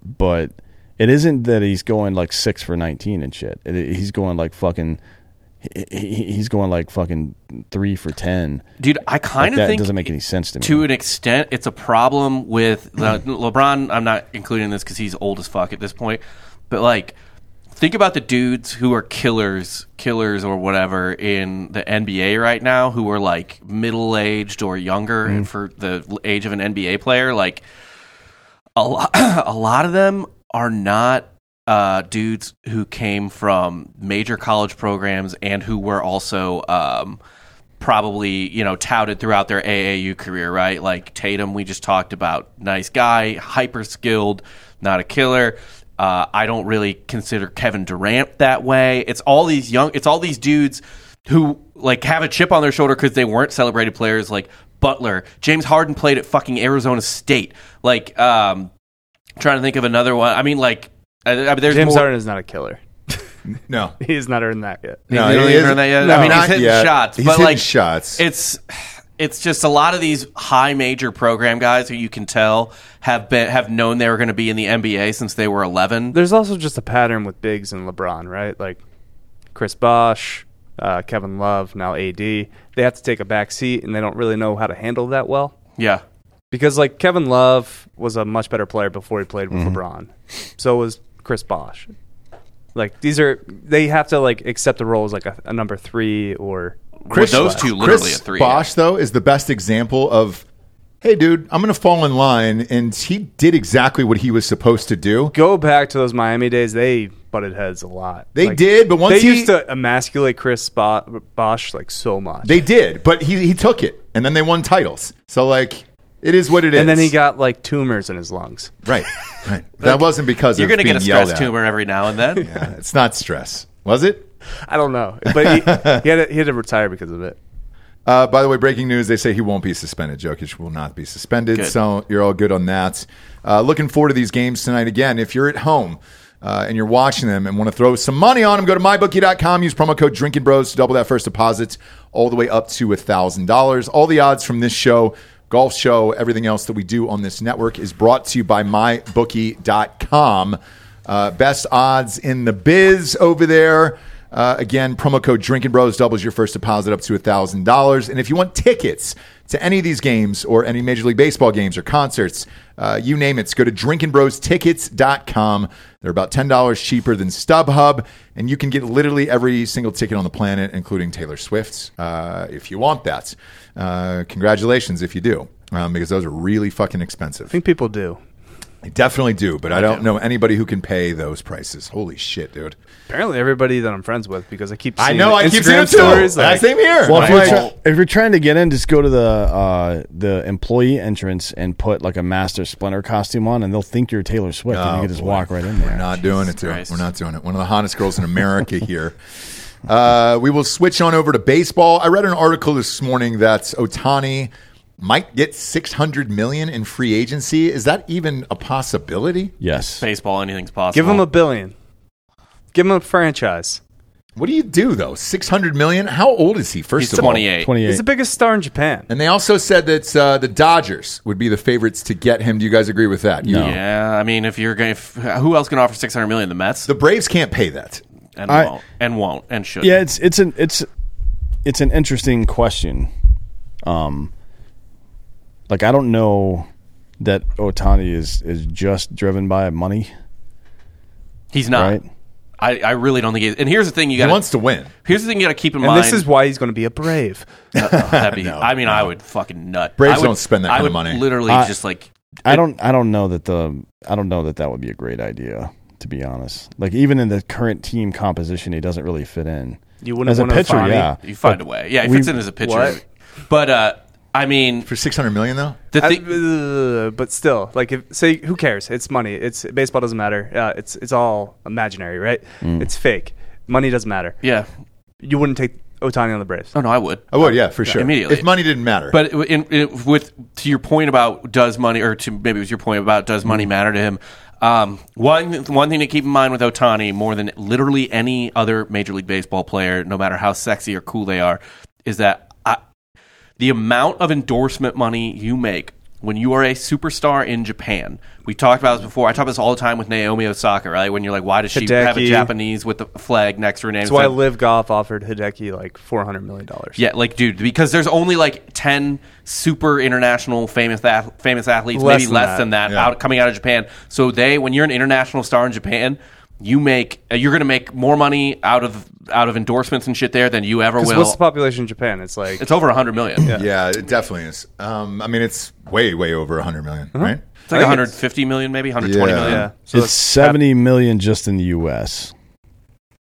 Speaker 6: but it isn't that he's going like six for nineteen and shit. It, he's going like fucking. he- he- He's going like fucking three for ten.
Speaker 5: Dude, I kind
Speaker 6: Like,
Speaker 5: of
Speaker 6: that
Speaker 5: think
Speaker 6: doesn't make any sense to me.
Speaker 5: To an extent, it's a problem with Le- [clears throat] LeBron. I'm not including this because he's old as fuck at this point. But like, think about the dudes who are killers, killers or whatever in the NBA right now, who are like middle aged or younger,
Speaker 6: Mm.
Speaker 5: and for the l- age of an NBA player, like a lot, [clears throat] a lot of them are not. Uh, dudes who came from major college programs and who were also um, probably you know touted throughout their AAU career, right? Like Tatum, we just talked about, nice guy, hyper skilled, not a killer. Uh, I don't really consider Kevin Durant that way. It's all these young, it's all these dudes who like have a chip on their shoulder because they weren't celebrated players like Butler. James Harden played at fucking Arizona State. Like, um, trying to think of another one. I mean, like, I, I mean, there's
Speaker 3: James
Speaker 5: more.
Speaker 3: Harden is not a killer. [laughs]
Speaker 2: No,
Speaker 3: He has not earned that yet.
Speaker 2: no,
Speaker 5: you don't
Speaker 2: he
Speaker 5: even
Speaker 2: is-
Speaker 5: earn that yet?
Speaker 2: no,
Speaker 5: I mean, he's
Speaker 2: not
Speaker 5: hitting
Speaker 2: yet.
Speaker 5: shots,
Speaker 2: He's
Speaker 5: but,
Speaker 2: hitting
Speaker 5: like,
Speaker 2: shots.
Speaker 5: it's it's just a lot of these high major program guys who you can tell have been have known they were going to be in the NBA since they were 11.
Speaker 3: There's also just a pattern with bigs and LeBron, right? Like Chris Bosh, uh, Kevin Love, now AD. They have to take a back seat, and they don't really know how to handle that well.
Speaker 5: yeah.
Speaker 3: Because like Kevin Love was a much better player before he played
Speaker 2: Mm-hmm.
Speaker 3: with LeBron. So was Chris Bosh. Like these are they have to like accept the role as like a, a number three or
Speaker 5: Chris those two literally
Speaker 2: Chris
Speaker 5: a three.
Speaker 2: Bosch, though, is the best example of, hey, dude, I'm going to fall in line. And he did exactly what he was supposed to do.
Speaker 3: go back to those Miami days. They butted heads a lot.
Speaker 2: They did, but once
Speaker 3: they
Speaker 2: he-
Speaker 3: used to emasculate Chris Bo- Bosch like so much.
Speaker 2: They did, but he, he took it. And then they won titles. So, like, it is what it is.
Speaker 3: and then he got like tumors in his lungs.
Speaker 2: Right.
Speaker 6: [laughs]
Speaker 2: right. that wasn't because
Speaker 5: You're
Speaker 2: going
Speaker 5: going
Speaker 2: to
Speaker 5: to get a stress
Speaker 2: at.
Speaker 5: tumor every now and then.
Speaker 2: [laughs] Yeah, it's not stress. Was it?
Speaker 3: I don't know, but he,
Speaker 2: [laughs]
Speaker 3: he had to, he had to retire because of it.
Speaker 2: Uh, by the way, breaking news: they say he won't be suspended. Jokic will not be suspended,
Speaker 5: Good.
Speaker 2: so you're all good on that. Uh, looking forward to these games tonight. Again, if you're at home uh, and you're watching them and want to throw some money on them, go to mybookie.com. Use promo code Drinking Bros to double that first deposit, all the way up to thousand dollars. All the odds from this show golf show, everything else that we do on this network is brought to you by mybookie.com. Uh, best odds in the biz over there. Uh, again, promo code Drinking Bros doubles your first deposit up to $1,000. And if you want tickets to any of these games or any Major League Baseball games or concerts, uh, you name it, go to drinkingbrostickets.com. They're about $10 cheaper than StubHub, and you can get literally every single ticket on the planet, including Taylor Swift's, uh, if you want that. Uh, congratulations if you do, um, because those are really fucking expensive.
Speaker 3: I think people do.
Speaker 2: They definitely do, but I don't know anybody who can pay those prices. Holy shit, dude.
Speaker 3: Apparently, everybody that I'm friends with because I keep seeing
Speaker 2: I know,
Speaker 3: the
Speaker 2: I keep seeing
Speaker 3: Instagram
Speaker 2: it too.
Speaker 3: stories. like,
Speaker 2: Same here.
Speaker 6: Well,
Speaker 2: Like-
Speaker 6: if you're, try- if you're trying to get in, just go to the uh, the employee entrance and put like a master splinter costume on, and they'll think you're Taylor Swift, and you can just walk right in there.
Speaker 2: Oh, We're not doing it, too.
Speaker 5: Christ.
Speaker 2: We're not doing it. One of the hottest girls in America [laughs] here. Uh, we will switch on over to baseball. I read an article this morning that Otani might get 600 million in free agency. Is that even a possibility?
Speaker 6: Yes,
Speaker 5: Baseball, anything's possible.
Speaker 3: Give them a billion. Give them a franchise.
Speaker 2: What do you do though? 600 million? How old is he? First
Speaker 5: He's
Speaker 2: of all,
Speaker 5: 28.
Speaker 6: twenty-eight.
Speaker 3: He's the biggest star in Japan.
Speaker 2: And they also said that uh, the Dodgers would be the favorites to get him. Do you guys agree with that? You-
Speaker 6: No.
Speaker 5: Yeah, I mean, if you're going, if, who else can offer six hundred million? The Mets
Speaker 2: The Braves can't pay that.
Speaker 5: and
Speaker 6: I-
Speaker 5: won't and won't and should.
Speaker 6: yeah, it's it's an it's it's an interesting question. Um, like I don't know that Otani is is just driven by money,
Speaker 5: he's not.
Speaker 6: right?
Speaker 5: I, I really don't think he. Is. And here's the thing: you
Speaker 2: He
Speaker 5: got
Speaker 2: wants to win.
Speaker 5: Here's the thing you got to keep in
Speaker 3: And
Speaker 5: mind.
Speaker 3: this is why he's going to be a Brave.
Speaker 5: that'd be, I mean, I would fucking nut.
Speaker 2: Braves
Speaker 5: I would-
Speaker 2: don't spend that
Speaker 5: I
Speaker 2: kind
Speaker 5: would
Speaker 2: of money.
Speaker 5: Literally,
Speaker 6: I-
Speaker 5: just like
Speaker 6: I don't I don't know that the I don't know that that would be a great idea to be honest. Like even in the current team composition, he doesn't really fit in.
Speaker 3: You wouldn't
Speaker 6: as a
Speaker 3: want
Speaker 6: pitcher,
Speaker 3: Ohtani.
Speaker 6: yeah.
Speaker 5: you find a way. Yeah, he
Speaker 6: we-
Speaker 5: fits in as a pitcher.
Speaker 3: What?
Speaker 5: But uh, I mean,
Speaker 2: For 600 million though?
Speaker 5: the
Speaker 3: I-
Speaker 5: thing,
Speaker 3: uh, but still, like, if, say, who cares? It's money. It's baseball doesn't matter. Uh, it's it's all imaginary, right? It's fake. Money doesn't matter.
Speaker 5: yeah.
Speaker 3: You wouldn't take Otani on the Braves.
Speaker 5: Oh no, I would.
Speaker 2: I would, yeah, for sure.
Speaker 5: immediately.
Speaker 2: If money didn't matter.
Speaker 5: But in, in, with to your point about does money, or to maybe it was your point about does money
Speaker 3: Mm-hmm.
Speaker 5: matter to him? Um, one one thing to keep in mind with Otani, more than literally any other Major League Baseball player, no matter how sexy or cool they are, is that I, the amount of endorsement money you make when you are a superstar in Japan. We talked about this before. I talk about this all the time with Naomi Osaka, right? When you're like, why does she have a
Speaker 3: Hideki.
Speaker 5: Japanese with the flag next to her name?
Speaker 3: That's why
Speaker 5: It's like-
Speaker 3: Live Golf offered Hideki like four hundred million dollars.
Speaker 5: yeah, like dude, because there's only like ten super international famous ath- famous athletes,
Speaker 3: Less
Speaker 5: maybe
Speaker 3: than
Speaker 5: less
Speaker 3: that.
Speaker 5: than that,
Speaker 2: Yeah.
Speaker 5: out coming out of Japan. So they, when you're an international star in Japan, you make uh, you're going to make more money out of out of endorsements and shit there than you ever will.
Speaker 3: What's the population in Japan? It's like
Speaker 5: it's over hundred million. Yeah.
Speaker 2: Yeah, it definitely is. Um, I mean, it's way, way over 100 million,
Speaker 3: Uh-huh.
Speaker 2: right?
Speaker 5: It's like 150 million, maybe 120
Speaker 2: Yeah.
Speaker 5: million.
Speaker 3: yeah. So
Speaker 6: It's
Speaker 3: that's-
Speaker 6: seventy million just in the U.S.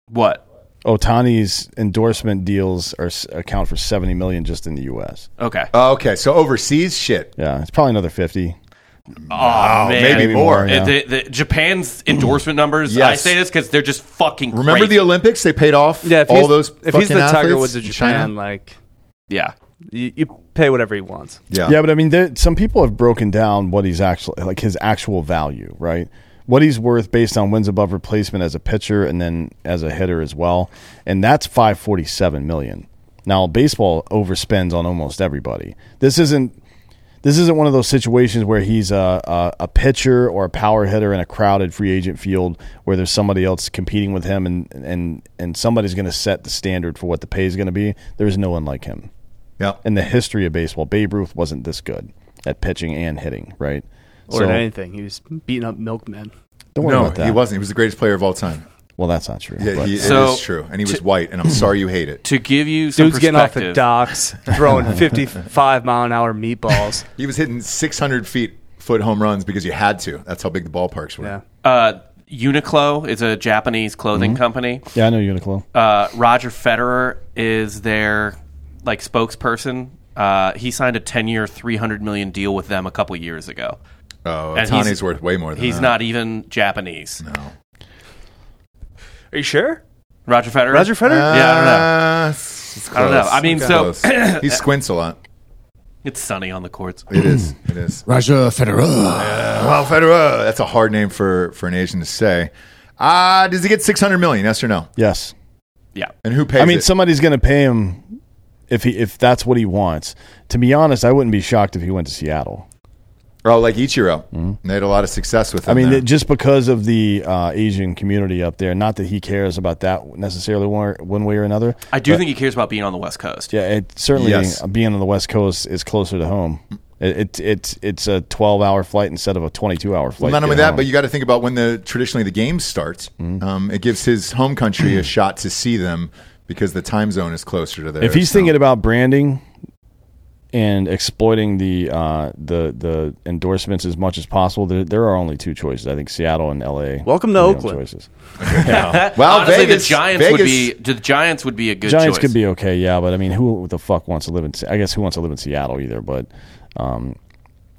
Speaker 5: What?
Speaker 6: Otani's endorsement deals are s- account for seventy million just in the U.S.
Speaker 5: Okay.
Speaker 2: Oh, okay, so overseas shit.
Speaker 6: Yeah, it's probably another fifty.
Speaker 5: oh, man.
Speaker 2: maybe,
Speaker 6: Maybe
Speaker 2: more.
Speaker 6: more, yeah.
Speaker 5: Uh, the- the- Japan's [clears throat] endorsement numbers. I
Speaker 2: Yes.
Speaker 5: say this because they're just fucking.
Speaker 2: Remember
Speaker 5: crazy.
Speaker 2: the Olympics? They paid off
Speaker 3: yeah, if
Speaker 2: all
Speaker 3: he's,
Speaker 2: those
Speaker 3: if he's
Speaker 2: fucking
Speaker 3: the Tiger
Speaker 2: athletes
Speaker 3: Woods of
Speaker 2: in
Speaker 3: Japan,
Speaker 2: China?
Speaker 3: like
Speaker 5: yeah.
Speaker 3: you, you pay whatever he wants.
Speaker 2: Yeah.
Speaker 6: Yeah, but I mean, there, some people have broken down what he's actually like his actual value, right? What he's worth based on wins above replacement as a pitcher and then as a hitter as well, and that's five forty seven million. Now baseball overspends on almost everybody. This isn't this isn't one of those situations where he's a, a, a pitcher or a power hitter in a crowded free agent field where there's somebody else competing with him and and and somebody's going to set the standard for what the pay is going to be. There's no one like him
Speaker 2: yeah.
Speaker 6: in the history of baseball. Babe Ruth wasn't this good at pitching and hitting, right?
Speaker 3: Or at anything. He was beating up milkmen.
Speaker 6: don't worry
Speaker 2: No,
Speaker 6: about that.
Speaker 2: he wasn't. He was the greatest player of all time.
Speaker 6: Well, that's not true.
Speaker 2: Yeah,
Speaker 6: but-
Speaker 2: he, it
Speaker 5: So-
Speaker 2: is true. And he was white,
Speaker 3: Hmm.
Speaker 2: and I'm sorry you hate it.
Speaker 5: To give you some
Speaker 3: Dude's getting off the
Speaker 5: perspective-
Speaker 3: docks, throwing fifty-five mile an hour meatballs.
Speaker 2: He was hitting 600 feet foot home runs because you had to. That's how big the ballparks were.
Speaker 3: Yeah.
Speaker 5: uh, Uniqlo is a Japanese clothing
Speaker 2: Mm-hmm.
Speaker 5: company.
Speaker 6: yeah, I know Uniqlo.
Speaker 5: Uh, Roger Federer is their like spokesperson. Uh, he signed a ten-year, three hundred million deal with them a couple years ago.
Speaker 2: Oh,
Speaker 5: And
Speaker 2: Otani's
Speaker 5: he's-
Speaker 2: worth way more than
Speaker 5: He's
Speaker 2: that.
Speaker 5: not even Japanese.
Speaker 2: Uh-huh. No.
Speaker 3: Are you sure?
Speaker 5: Roger Federer.
Speaker 3: Roger Federer?
Speaker 5: Yeah, I don't know.
Speaker 6: Ah,
Speaker 2: Uh, it's
Speaker 5: I don't know.
Speaker 2: close.
Speaker 5: I mean,
Speaker 2: It's
Speaker 5: so- [clears throat]
Speaker 2: close. he squints a lot.
Speaker 5: It's sunny on the courts.
Speaker 2: It
Speaker 6: Hmm.
Speaker 2: is. It is.
Speaker 4: Roger Federer.
Speaker 2: Uh, Well, Federer. That's a hard name for for an Asian to say. Uh, does he get six hundred million? Yes or no?
Speaker 6: Yes,
Speaker 5: Yeah.
Speaker 2: And who pays?
Speaker 6: I mean
Speaker 2: it?
Speaker 6: somebody's going to pay him if he if that's what he wants. To be honest, I wouldn't be shocked if he went to Seattle.
Speaker 2: Oh, like Ichiro. They had a lot of success with him.
Speaker 6: Hmm. I mean,
Speaker 2: there.
Speaker 6: it- just because of the uh, Asian community up there. Not that he cares about that necessarily one, one way or another.
Speaker 5: I do
Speaker 6: but-
Speaker 5: think he cares about being on the West Coast.
Speaker 6: Yeah, it certainly
Speaker 2: Yes.
Speaker 6: being on the West Coast is closer to home. It, it it's it's a twelve hour flight instead of a twenty two hour flight.
Speaker 2: not
Speaker 6: to
Speaker 2: only
Speaker 6: get
Speaker 2: that,
Speaker 6: home.
Speaker 2: but you got to think about when the traditionally the games start.
Speaker 6: Hmm.
Speaker 2: Um, it gives his home country
Speaker 6: [clears throat]
Speaker 2: a shot to see them because the time zone is closer to theirs.
Speaker 6: if he's
Speaker 2: so-
Speaker 6: thinking about branding and exploiting the uh, the the endorsements as much as possible, there, there are only two choices. I think Seattle and L.A.
Speaker 3: Welcome to
Speaker 6: are the only
Speaker 3: Oakland.
Speaker 6: Choices.
Speaker 2: well,
Speaker 5: Honestly,
Speaker 2: Vegas,
Speaker 5: the Giants
Speaker 2: Vegas,
Speaker 5: would be the Giants would be a good
Speaker 6: Giants
Speaker 5: choice.
Speaker 6: could be okay, yeah, but I mean, who the fuck wants to live in? Se- I guess who wants to live in Seattle either? But um,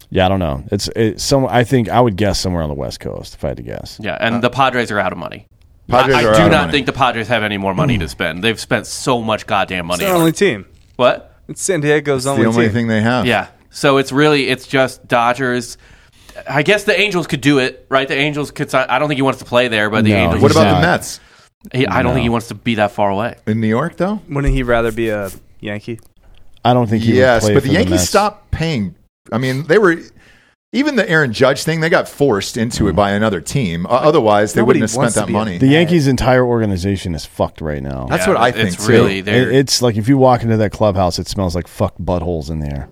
Speaker 6: yeah, I don't know. It's it, some. I think I would guess somewhere on the West Coast if I had to guess.
Speaker 5: yeah, and the Padres are out of money.
Speaker 2: Uh, Padres
Speaker 5: I, I
Speaker 2: are
Speaker 5: do
Speaker 2: out of
Speaker 5: not
Speaker 2: money. Mm.
Speaker 5: think the Padres have any more money to spend. They've spent so much goddamn money.
Speaker 3: Their only team.
Speaker 5: what?
Speaker 3: It's San Diego's
Speaker 2: the
Speaker 3: only,
Speaker 2: only
Speaker 3: team.
Speaker 2: thing they have.
Speaker 5: Yeah. So it's really it's just Dodgers. I guess the Angels could do it, right? The Angels could. sign- I don't think he wants to play there, but the
Speaker 6: No,
Speaker 5: Angels.
Speaker 2: What
Speaker 6: He's
Speaker 2: about
Speaker 6: not.
Speaker 2: the Mets
Speaker 5: He, I don't think he wants to be that far away.
Speaker 2: in New York though?
Speaker 3: Wouldn't he rather be a Yankee?
Speaker 6: I don't think he.
Speaker 2: yes,
Speaker 6: would play
Speaker 2: but the
Speaker 6: for
Speaker 2: Yankees
Speaker 6: Mets.
Speaker 2: stopped paying. I mean, they were even the Aaron Judge thing. They got forced into it by another team. O- Otherwise, they
Speaker 3: nobody
Speaker 2: wouldn't have spent
Speaker 3: wants to
Speaker 2: that
Speaker 3: be a-
Speaker 2: money.
Speaker 6: Mm. The Yankees' entire organization is fucked right now.
Speaker 2: That's what I think
Speaker 5: It's
Speaker 2: too.
Speaker 5: really
Speaker 6: It-
Speaker 5: there.
Speaker 6: it's like if you walk into that clubhouse, it smells like fuck buttholes in there.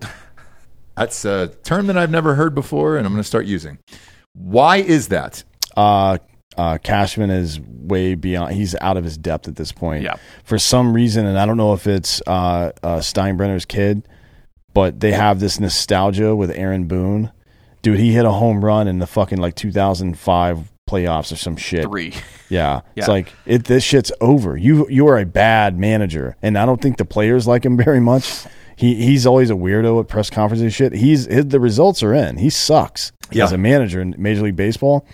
Speaker 2: That's a term that I've never heard before, and I'm going to start using. Why is that?
Speaker 6: Uh, uh, Cashman is way beyond. He's out of his depth at this point.
Speaker 5: Yeah.
Speaker 6: For some reason, and I don't know if it's uh, uh, Steinbrenner's kid, but they have this nostalgia with Aaron Boone. Dude, he hit a home run in the fucking like 2005 playoffs or some shit.
Speaker 5: three.
Speaker 6: Yeah. It's
Speaker 5: Yeah.
Speaker 6: like it this shit's over. You you are a bad manager. And I don't think the players like him [laughs] very much. He he's always a weirdo at press conferences and shit. He's his, the results are in. He sucks
Speaker 2: Yeah.
Speaker 6: as a manager in Major League Baseball.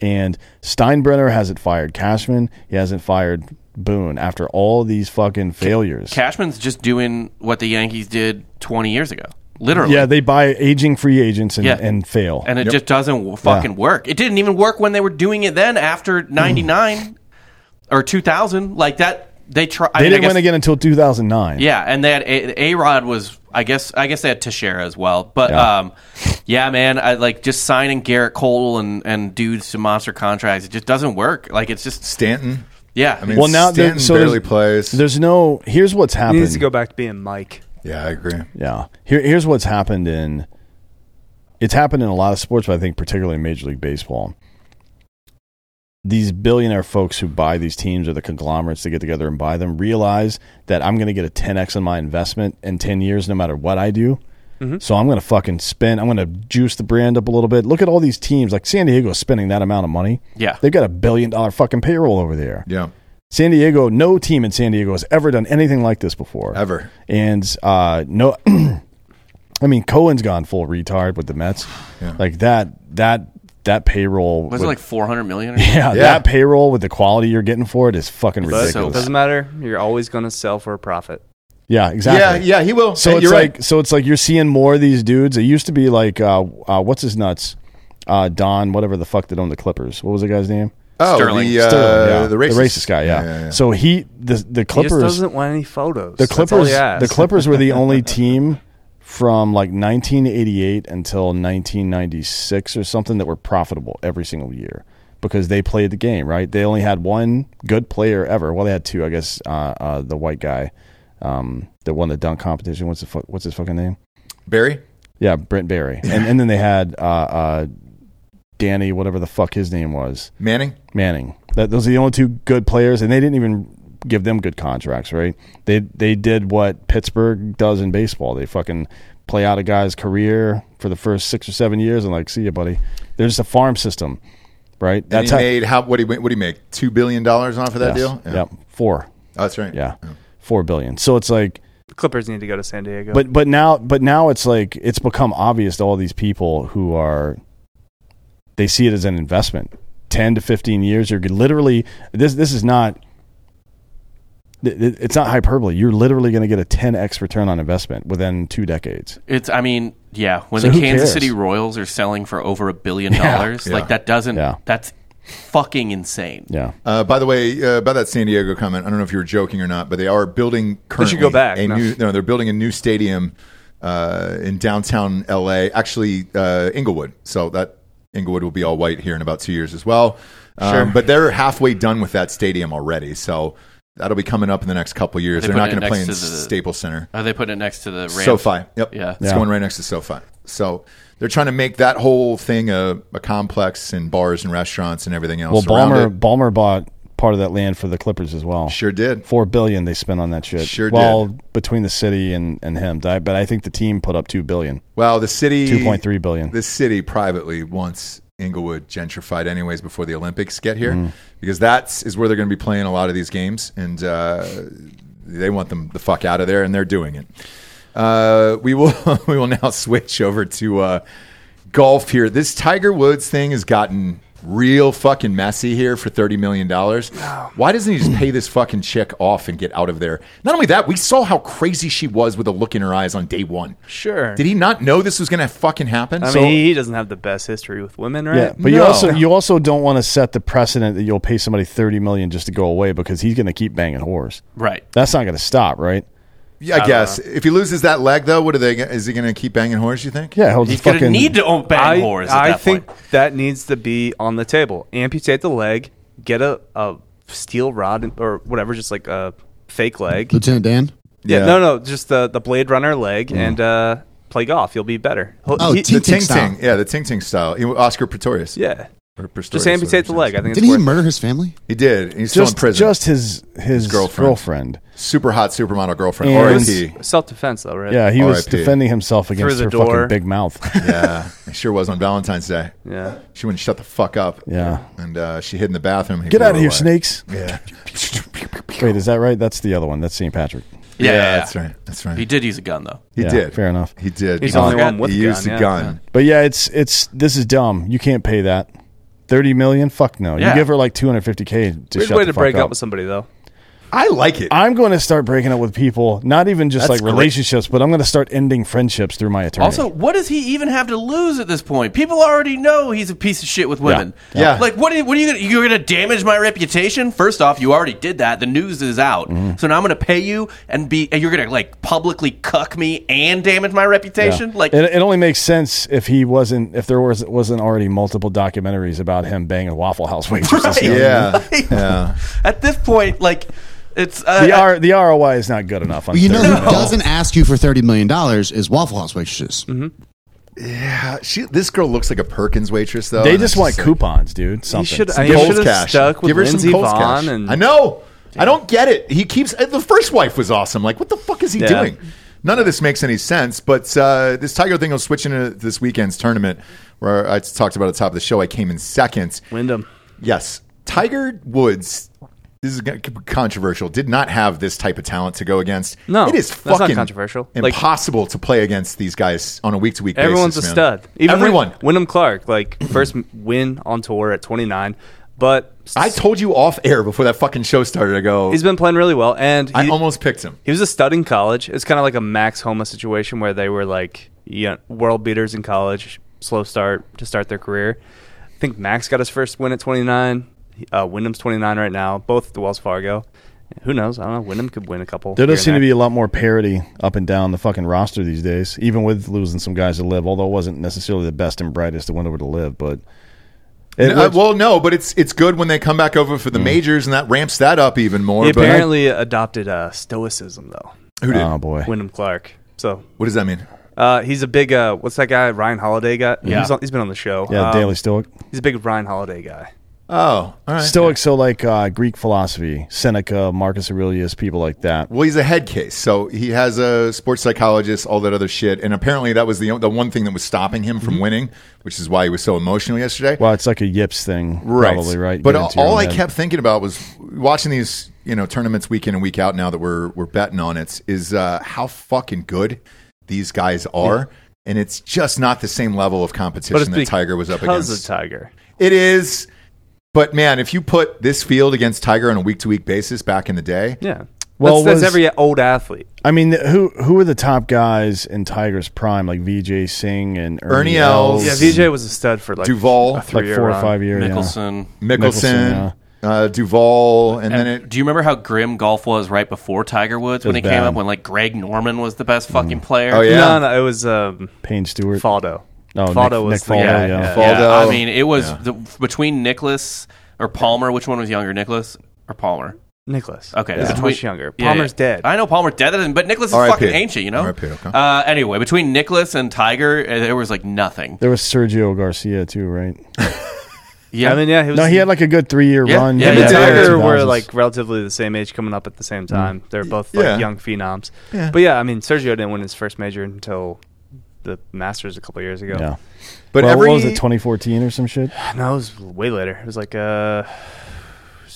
Speaker 6: And Steinbrenner hasn't fired Cashman. He hasn't fired Boone after all these fucking failures.
Speaker 5: Cashman's just doing what the Yankees did 20 years ago, literally.
Speaker 6: yeah, they buy aging free agents and,
Speaker 5: Yeah.
Speaker 6: and fail.
Speaker 5: and it just doesn't w- fucking work. It didn't even work when they were doing it then after 99 or 2000. Like that, they tried.
Speaker 6: Mm. they didn't win again until 2009.
Speaker 5: Yeah, and they had A Rod was I guess I guess they had Teixeira as well, but
Speaker 6: Yeah.
Speaker 5: yeah. um, yeah, man, I like just signing Garrett Cole and and dudes to monster contracts. It just doesn't work. Like it's just
Speaker 2: Stanton.
Speaker 5: yeah.
Speaker 2: I mean,
Speaker 6: Well, now there-
Speaker 2: Stanton
Speaker 6: so
Speaker 2: barely
Speaker 6: there's-
Speaker 2: plays.
Speaker 6: There's no. Here's what's
Speaker 3: He
Speaker 6: happened.
Speaker 3: needs to go back to being Mike.
Speaker 2: yeah, I agree.
Speaker 6: Yeah. Here, here's what's happened in. It's happened in a lot of sports, but I think particularly in Major League Baseball. These billionaire folks who buy these teams or the conglomerates that get together and buy them realize that I'm going to get a 10x on my investment in 10 years, no matter what I do. So I'm going to fucking spend. I'm going to juice the brand up a little bit. Look at all these teams. Like San Diego's spending that amount of money.
Speaker 5: Yeah.
Speaker 6: They've got a billion dollar fucking payroll over there.
Speaker 2: Yeah,
Speaker 6: San Diego, no team in San Diego has ever done anything like this before.
Speaker 2: Ever.
Speaker 6: And uh, no, [clears throat] I mean Cohen's gone full retard with the Mets.
Speaker 2: Yeah.
Speaker 6: Like that, that, that payroll.
Speaker 5: was
Speaker 6: with-
Speaker 5: it like four hundred million? Or something?
Speaker 6: [laughs] yeah,
Speaker 2: Yeah.
Speaker 6: that payroll with the quality you're getting for it is fucking
Speaker 5: so
Speaker 6: ridiculous.
Speaker 5: bad.
Speaker 3: Doesn't matter. You're always going to sell for a profit.
Speaker 6: yeah, exactly.
Speaker 2: yeah, yeah. He will.
Speaker 6: So
Speaker 2: Hey,
Speaker 6: it's
Speaker 2: you're
Speaker 6: like
Speaker 2: right.
Speaker 6: so it's like you're seeing more of these dudes. It used to be like uh, uh, what's his nuts, uh, Don, whatever the fuck that owned the Clippers. What was the guy's name?
Speaker 2: oh,
Speaker 5: Sterling.
Speaker 2: the, uh,
Speaker 6: Sterling, yeah.
Speaker 2: the racist,
Speaker 6: guy. Yeah. So he the the
Speaker 3: He just
Speaker 6: Clippers.
Speaker 3: doesn't want any photos.
Speaker 6: The
Speaker 3: That's all
Speaker 6: Clippers,
Speaker 3: he asks.
Speaker 6: the Clippers were
Speaker 3: [laughs]
Speaker 6: the only team from like 1988 until 1996 or something that were profitable every single year because they played the game right. They only had one good player ever. Well, they had two, I guess. Uh, uh, the white guy um, that won the dunk competition. What's the fu- what's his fucking name?
Speaker 2: Barry.
Speaker 6: Yeah, Brent Barry. And and then they had uh, uh, Danny, whatever the fuck his name was.
Speaker 2: Manning.
Speaker 6: Manning. That those are the only two good players, and they didn't even give them good contracts, right? They they did what Pittsburgh does in baseball. They fucking play out a guy's career for the first six or seven years, and like, see ya, buddy. They're just a farm system, right?
Speaker 2: And he made how? What he what he make? Two billion dollars off of that deal.
Speaker 6: Yeah. Yep. Four.
Speaker 2: Oh, that's right.
Speaker 6: Yeah. Four billion. So it's like
Speaker 3: Clippers need to go to San Diego.
Speaker 6: but but now but now it's like it's become obvious to all these people who are they see it as an investment 10 to 15 years you're literally this this is not th- th- it's not hyperbole you're literally going to get a 10x return on investment within two decades
Speaker 5: It's I mean yeah. When
Speaker 6: So
Speaker 5: the
Speaker 6: who
Speaker 5: Kansas
Speaker 6: cares?
Speaker 5: City Royals are selling for over a billion dollars,
Speaker 2: Yeah.
Speaker 5: like that doesn't
Speaker 6: Yeah.
Speaker 5: that's fucking insane.
Speaker 6: Yeah.
Speaker 2: Uh, by the way, uh, about that San Diego comment, I don't know if you were joking or not, but they are building currently
Speaker 3: should go back,
Speaker 2: a
Speaker 3: no.
Speaker 2: new. No, they're building a new stadium uh, in downtown L.A. Actually, uh, Inglewood. So that Inglewood will be all white here in about two years as well. Um,
Speaker 3: Sure.
Speaker 2: But they're halfway done with that stadium already. So that'll be coming up in the next couple years.
Speaker 5: They
Speaker 2: They are
Speaker 5: put
Speaker 2: not
Speaker 5: it
Speaker 2: going to play in
Speaker 5: next to the-
Speaker 2: Staples Center.
Speaker 5: Are Oh, they putting it next to the ramp?
Speaker 2: SoFi. Yep.
Speaker 5: Yeah.
Speaker 2: It's
Speaker 6: Yeah.
Speaker 2: going right next to SoFi. So they're trying to make that whole thing a, a complex and bars and restaurants and everything else.
Speaker 6: Well,
Speaker 2: around
Speaker 6: Balmer
Speaker 2: it.
Speaker 6: Balmer bought part of that land for the Clippers as well.
Speaker 2: sure did.
Speaker 6: Four billion they spent on that shit.
Speaker 2: Sure
Speaker 6: Well,
Speaker 2: did.
Speaker 6: between the city and and him, I- but I think the team put up two billion.
Speaker 2: Well, the city
Speaker 6: 2.3 billion.
Speaker 2: The city privately wants Inglewood gentrified, anyways, before the Olympics get here, because that's is where they're going to be playing a lot of these games, and uh, they want them the fuck out of there, and they're doing it. Uh, we will [laughs] we will now switch over to uh, golf here. This Tiger Woods thing has gotten real fucking messy here for thirty million dollars. Why doesn't he just pay this fucking chick off and get out of there? Not only that, we saw how crazy she was with a look in her eyes on day one.
Speaker 3: Sure.
Speaker 2: Did he not know this was going to fucking happen?
Speaker 3: I
Speaker 2: So-
Speaker 3: mean, he doesn't have the best history with women, right?
Speaker 6: Yeah, but you
Speaker 2: No.
Speaker 6: also you also don't want to set the precedent that you'll pay somebody thirty million just to go away because he's going to keep banging whores.
Speaker 5: Right.
Speaker 6: That's not going to stop, right?
Speaker 2: Yeah, I, guess if he loses that leg, though, what are they? Is he going to keep banging whores? You think?
Speaker 6: Yeah, he'll
Speaker 5: He's
Speaker 6: just
Speaker 5: going to
Speaker 6: fucking
Speaker 5: need to own bang
Speaker 3: I,
Speaker 5: whores at
Speaker 3: I
Speaker 5: that
Speaker 3: think
Speaker 5: point.
Speaker 3: that needs to be on the table. Amputate the leg, get a, a steel rod and- or whatever, just like a fake leg.
Speaker 4: Lieutenant Dan.
Speaker 3: Yeah,
Speaker 2: Yeah.
Speaker 3: no, no, just the, the Blade Runner leg and uh, play golf. You'll be better. He'll-
Speaker 4: Oh,
Speaker 3: he-
Speaker 2: the
Speaker 4: Ting
Speaker 2: ting
Speaker 4: Ting style.
Speaker 2: ting. Yeah, the ting ting style. He- Oscar Pretorius.
Speaker 3: yeah.
Speaker 2: Or Pistorius,
Speaker 3: Just amputate
Speaker 2: whatever
Speaker 3: the
Speaker 2: his
Speaker 3: leg. I think it's
Speaker 4: Didn't he
Speaker 3: worth it.
Speaker 4: murder his family?
Speaker 2: He did. He's still in
Speaker 6: just
Speaker 2: prison.
Speaker 6: just his his,
Speaker 2: girlfriend.
Speaker 6: girlfriend.
Speaker 2: super hot supermodel girlfriend.
Speaker 6: And-
Speaker 2: R.I.P.
Speaker 3: Self defense, though, right?
Speaker 6: Yeah, he was
Speaker 2: RIP.
Speaker 6: defending himself against
Speaker 3: the
Speaker 6: her
Speaker 3: door.
Speaker 6: fucking big mouth.
Speaker 2: yeah, he sure was on Valentine's Day.
Speaker 3: Yeah.
Speaker 2: She wouldn't shut the fuck up.
Speaker 6: Yeah.
Speaker 2: and uh, she hid in the bathroom. He
Speaker 6: [laughs] Get
Speaker 2: blew
Speaker 6: out of
Speaker 2: her
Speaker 6: here,
Speaker 2: away.
Speaker 6: snakes!
Speaker 2: Yeah.
Speaker 6: Wait, is that right? That's the other one. That's St. Patrick.
Speaker 5: Yeah, yeah, yeah.
Speaker 2: that's right. That's right.
Speaker 5: He did use a gun though.
Speaker 2: He
Speaker 6: Yeah,
Speaker 2: did.
Speaker 6: fair enough.
Speaker 2: He did.
Speaker 3: He's
Speaker 2: He
Speaker 3: the only
Speaker 2: did.
Speaker 3: one with
Speaker 2: He
Speaker 3: a
Speaker 2: used
Speaker 3: gun,
Speaker 2: a
Speaker 3: yeah.
Speaker 2: gun.
Speaker 6: But yeah, it's it's this is dumb. You can't pay that. Thirty million? Fuck no.
Speaker 5: Yeah.
Speaker 6: You give her like two hundred fifty k to
Speaker 3: Weird
Speaker 6: shut
Speaker 3: way to
Speaker 6: the fuck
Speaker 3: break up.
Speaker 6: up
Speaker 3: with somebody, though.
Speaker 2: I like it.
Speaker 6: I'm going to start breaking up with people, not even just
Speaker 2: That's
Speaker 6: like
Speaker 2: great.
Speaker 6: relationships, but I'm going to start ending friendships through my attorney.
Speaker 5: Also, what does he even have to lose at this point? People already know he's a piece of shit with women.
Speaker 2: Yeah. Yeah.
Speaker 5: Like, what? Are, what are you? Gonna, you're going to damage my reputation? First off, you already did that. The news is out.
Speaker 6: Mm-hmm.
Speaker 5: So now I'm going to pay you and be. And you're going to like publicly cuck me and damage my
Speaker 6: Yeah.
Speaker 5: reputation. Like,
Speaker 6: it, it only makes sense if he wasn't if there was wasn't already multiple documentaries about him banging Waffle House waitresses.
Speaker 5: Right.
Speaker 6: you know what I mean?
Speaker 2: yeah, [laughs]
Speaker 5: Like,
Speaker 6: [laughs]
Speaker 2: yeah.
Speaker 5: [laughs] at this point, like, it's uh,
Speaker 6: The R, the ROI is not good enough. On
Speaker 4: You know
Speaker 6: thirty
Speaker 4: who
Speaker 6: million.
Speaker 4: doesn't ask you for thirty million dollars is Waffle House waitresses.
Speaker 2: Mm-hmm. Yeah, Uh, she. This girl looks like a Perkins waitress, though.
Speaker 6: they
Speaker 2: and
Speaker 6: just
Speaker 2: it's
Speaker 6: want
Speaker 2: like-
Speaker 6: coupons, dude.
Speaker 3: He
Speaker 6: Something.
Speaker 3: should
Speaker 6: Some-
Speaker 2: Coles
Speaker 3: have
Speaker 2: cash.
Speaker 3: stuck with
Speaker 2: Give her
Speaker 3: Lindsey
Speaker 2: some Coles
Speaker 3: Vaughn.
Speaker 2: cash.
Speaker 3: And
Speaker 2: I know. I don't get it. He keeps uh, the first wife was awesome. Like, what the fuck is he
Speaker 3: Yeah.
Speaker 2: doing? None of this makes any sense. But uh, this Tiger thing will switch into this weekend's tournament, where I talked about at the top of the show. I came in second.
Speaker 3: Wyndham.
Speaker 2: Yes, Tiger Woods. This is gonna be controversial. Did not have this type of talent to go against.
Speaker 3: No,
Speaker 2: it is
Speaker 3: that's not
Speaker 2: fucking
Speaker 3: controversial. Like-
Speaker 2: Impossible to play against these guys on a week to week.
Speaker 3: Everyone's a
Speaker 2: basis, man.
Speaker 3: stud. Even
Speaker 2: Everyone.
Speaker 3: Wyn- Wyndham Clark, like, [clears throat] first win on tour at 29. But
Speaker 2: I told you off air before that fucking show started. I go.
Speaker 3: he's been playing really well. And he,
Speaker 2: I almost picked him.
Speaker 3: He was a stud in college. It's kind of like a Max Homa situation where they were like you know, world beaters in college, slow start to start their career. I think Max got his first win at 29. Uh, Wyndham's 29 right now, both at the Wells Fargo. Who knows? I don't know. Wyndham could win a couple.
Speaker 6: there does
Speaker 3: here
Speaker 6: seem to
Speaker 3: and
Speaker 6: be a lot more parity up and down the fucking roster these days, even with losing some guys to live. Although it wasn't necessarily the best and brightest that went over to live, but it
Speaker 2: Uh,
Speaker 6: was-
Speaker 2: well, no, but it's it's good when they come back over for the majors, and that ramps that up even more.
Speaker 3: He
Speaker 2: but
Speaker 3: apparently adopted uh, stoicism, though,
Speaker 2: who did?
Speaker 6: oh boy,
Speaker 3: Wyndham Clark. So
Speaker 2: what does that mean?
Speaker 3: uh, he's a big, uh, what's that guy, Ryan Holiday guy? Yeah. He's, on, he's been on the show.
Speaker 6: yeah,
Speaker 3: Um,
Speaker 6: Daily Stoic.
Speaker 3: He's a big Ryan Holiday guy.
Speaker 2: Oh, all right.
Speaker 6: Stoic, so like uh, Greek philosophy, Seneca, Marcus Aurelius, people like that.
Speaker 2: Well, he's a head case, so he has a sports psychologist, all that other shit, and apparently that was the the one thing that was stopping him from winning, which is why he was so emotional yesterday.
Speaker 6: Well, it's like a yips thing, probably right.
Speaker 2: But
Speaker 6: Get
Speaker 2: all,
Speaker 6: into your own
Speaker 2: I
Speaker 6: head.
Speaker 2: kept thinking about was watching these, you know, tournaments week in and week out. Now that we're we're betting on it, is uh, how fucking good these guys are, and it's just not the same level of competition that
Speaker 3: because
Speaker 2: Tiger was up
Speaker 3: of
Speaker 2: against.
Speaker 3: Tiger.
Speaker 2: It is, but man, if you put this field against Tiger on a week to week basis back in the day,
Speaker 3: Yeah.
Speaker 6: Well,
Speaker 3: that's,
Speaker 6: was-
Speaker 3: that's every old athlete.
Speaker 6: I mean, who who were the top guys in Tiger's prime? Like VJ Singh and Ernie,
Speaker 2: Ernie
Speaker 6: Els,
Speaker 2: Els.
Speaker 3: Yeah, VJ was a stud for like
Speaker 2: Duvall.
Speaker 3: a three
Speaker 6: like four or five years.
Speaker 5: Mickelson.
Speaker 2: Mickelson,
Speaker 6: Mickelson,
Speaker 2: uh, Duvall, and then it.
Speaker 5: Do you remember how grim golf was right before Tiger Woods when
Speaker 6: was
Speaker 5: he came
Speaker 6: bad.
Speaker 5: up? When like Greg Norman was the best fucking player.
Speaker 2: Oh yeah,
Speaker 3: No, no, it was um,
Speaker 6: Payne Stewart.
Speaker 3: Faldo.
Speaker 6: Oh, Nick-
Speaker 3: Faldo was
Speaker 6: Nick
Speaker 3: the
Speaker 6: Faldo,
Speaker 3: guy.
Speaker 6: yeah.
Speaker 3: yeah.
Speaker 2: Faldo.
Speaker 5: Yeah, I mean, it was the, between Nicholas or Palmer. Which one was younger, Nicholas or Palmer?
Speaker 3: Nicholas.
Speaker 5: Okay,
Speaker 3: He's
Speaker 5: between-
Speaker 3: much younger.
Speaker 5: Yeah, yeah.
Speaker 3: Palmer's dead.
Speaker 5: I know Palmer's dead, that isn't- but Nicholas is
Speaker 2: R.I.P..
Speaker 5: fucking ancient, you know.
Speaker 2: R.I.P., okay.
Speaker 5: Uh, anyway, between Nicholas and Tiger, uh, there was like nothing.
Speaker 6: There was Sergio Garcia too, right?
Speaker 5: Yeah,
Speaker 3: I mean, yeah, he was.
Speaker 6: No, he had like a good three year
Speaker 5: Yeah,
Speaker 6: run.
Speaker 5: yeah,
Speaker 6: in Mm.
Speaker 3: him and
Speaker 6: the early
Speaker 3: Tiger were
Speaker 6: 2000s.
Speaker 3: like relatively the same age, coming up at the same time. They're both like
Speaker 2: Yeah.
Speaker 3: young phenoms. But yeah, I mean, Sergio didn't win his first major until the Masters a couple years ago.
Speaker 6: yeah.
Speaker 2: but
Speaker 6: well,
Speaker 2: every
Speaker 6: what was it, 2014 or some shit?
Speaker 3: No, it was way later. It was like uh,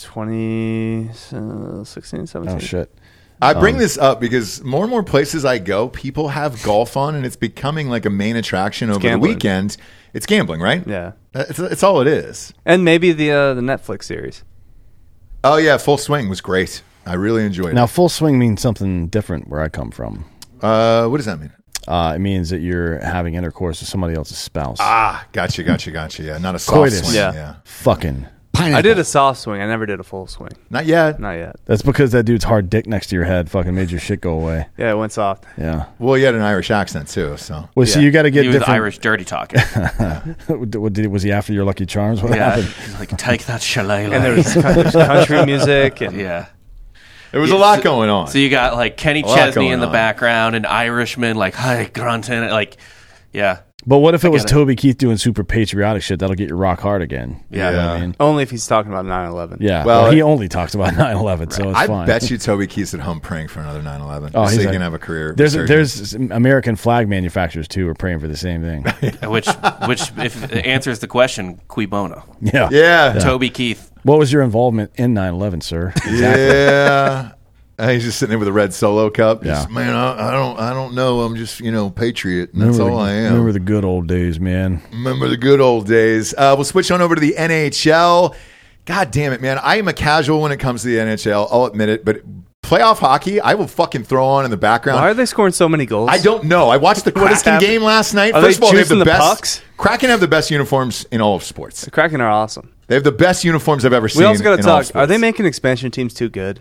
Speaker 3: 20, uh, 16, 17.
Speaker 6: Oh shit.
Speaker 2: I
Speaker 6: um,
Speaker 2: bring this up because more and more places I go, people have golf on, and it's becoming like a main attraction over the
Speaker 3: gambling.
Speaker 2: weekend. It's gambling, right?
Speaker 3: Yeah.
Speaker 6: Uh,
Speaker 2: It's, it's all it is.
Speaker 3: And maybe the uh, the Netflix series.
Speaker 2: Oh yeah, Full Swing was great. I really enjoyed
Speaker 6: Now, full swing means something different where I come from.
Speaker 2: it. Uh, what does that mean?
Speaker 6: Uh, it means that you're having intercourse with somebody else's spouse.
Speaker 2: Ah, gotcha, gotcha, gotcha. Yeah, not a soft
Speaker 6: Coitus.
Speaker 2: swing.
Speaker 3: Yeah.
Speaker 6: Fucking.
Speaker 4: Pineapple.
Speaker 3: I did a soft swing. I never did a full swing.
Speaker 2: not yet.
Speaker 3: Not yet.
Speaker 6: That's because that dude's hard dick next to your head fucking made your shit go away.
Speaker 3: Yeah, it went soft.
Speaker 6: Yeah.
Speaker 2: Well, you had an Irish accent too, so
Speaker 6: Well, so you got to get
Speaker 5: he was
Speaker 6: different.
Speaker 5: Irish
Speaker 2: [laughs]
Speaker 5: dirty talking.
Speaker 6: [laughs] What did- was he after your Lucky Charms? What
Speaker 5: yeah,
Speaker 6: happened?
Speaker 5: he's like take that shillelagh.
Speaker 3: And
Speaker 2: [laughs]
Speaker 3: there was, there was country music and
Speaker 5: [laughs] yeah.
Speaker 2: there was
Speaker 5: Yeah,
Speaker 2: a lot
Speaker 5: so-
Speaker 2: going on.
Speaker 5: So you got like Kenny
Speaker 2: lot
Speaker 5: Chesney
Speaker 2: going
Speaker 5: in the
Speaker 2: on.
Speaker 5: background, an Irishman, like hi grunting, like yeah,
Speaker 6: But what if it was
Speaker 5: get it.
Speaker 6: Toby Keith doing super patriotic shit? That'll get you rock hard again.
Speaker 5: yeah.
Speaker 6: You know what I mean?
Speaker 3: only if he's talking about 9-11.
Speaker 6: Yeah.
Speaker 2: Well,
Speaker 6: Well, he
Speaker 2: it-
Speaker 6: only talks about [laughs] 9 11, so it's
Speaker 2: I
Speaker 6: fine.
Speaker 2: bet you Toby Keith's at home praying for another 9/11.
Speaker 6: Oh,
Speaker 2: just so
Speaker 6: he's
Speaker 2: he
Speaker 6: like-
Speaker 2: can have a career.
Speaker 6: There's,
Speaker 2: resurgence.
Speaker 6: there's American flag manufacturers, too, are praying for the same thing.
Speaker 2: [laughs]
Speaker 6: [laughs]
Speaker 5: Which which if it answers the question, qui bono.
Speaker 6: Yeah.
Speaker 2: yeah,
Speaker 5: Toby Keith.
Speaker 6: What was your involvement in 9 11, sir?
Speaker 2: [laughs] Yeah. And he's just sitting there with a red solo cup. Just,
Speaker 6: Yeah.
Speaker 2: man, I, I don't, I don't know. I'm just, you know, patriot. And that's
Speaker 6: Remember
Speaker 2: all
Speaker 6: the-
Speaker 2: I am.
Speaker 6: Remember the good old days, man.
Speaker 2: Remember the good old days. Uh, we'll switch on over to the NHL. God damn it, man. I am a casual when it comes to the NHL. I'll admit it. But playoff hockey, I will fucking throw on in the background.
Speaker 3: Why are they scoring so many goals?
Speaker 2: I don't know. I watched the
Speaker 3: [laughs] What is
Speaker 2: Kraken
Speaker 3: happening?
Speaker 2: game last night.
Speaker 3: Are
Speaker 2: First of
Speaker 3: they
Speaker 2: all, they have the,
Speaker 3: juicing the
Speaker 2: best.
Speaker 3: pucks?
Speaker 2: Kraken have the best uniforms in all of sports.
Speaker 3: The Kraken are awesome.
Speaker 2: They have the best uniforms I've ever seen.
Speaker 3: We also got to
Speaker 2: in all of
Speaker 3: talk. Are they
Speaker 2: sports.
Speaker 3: making expansion teams too good?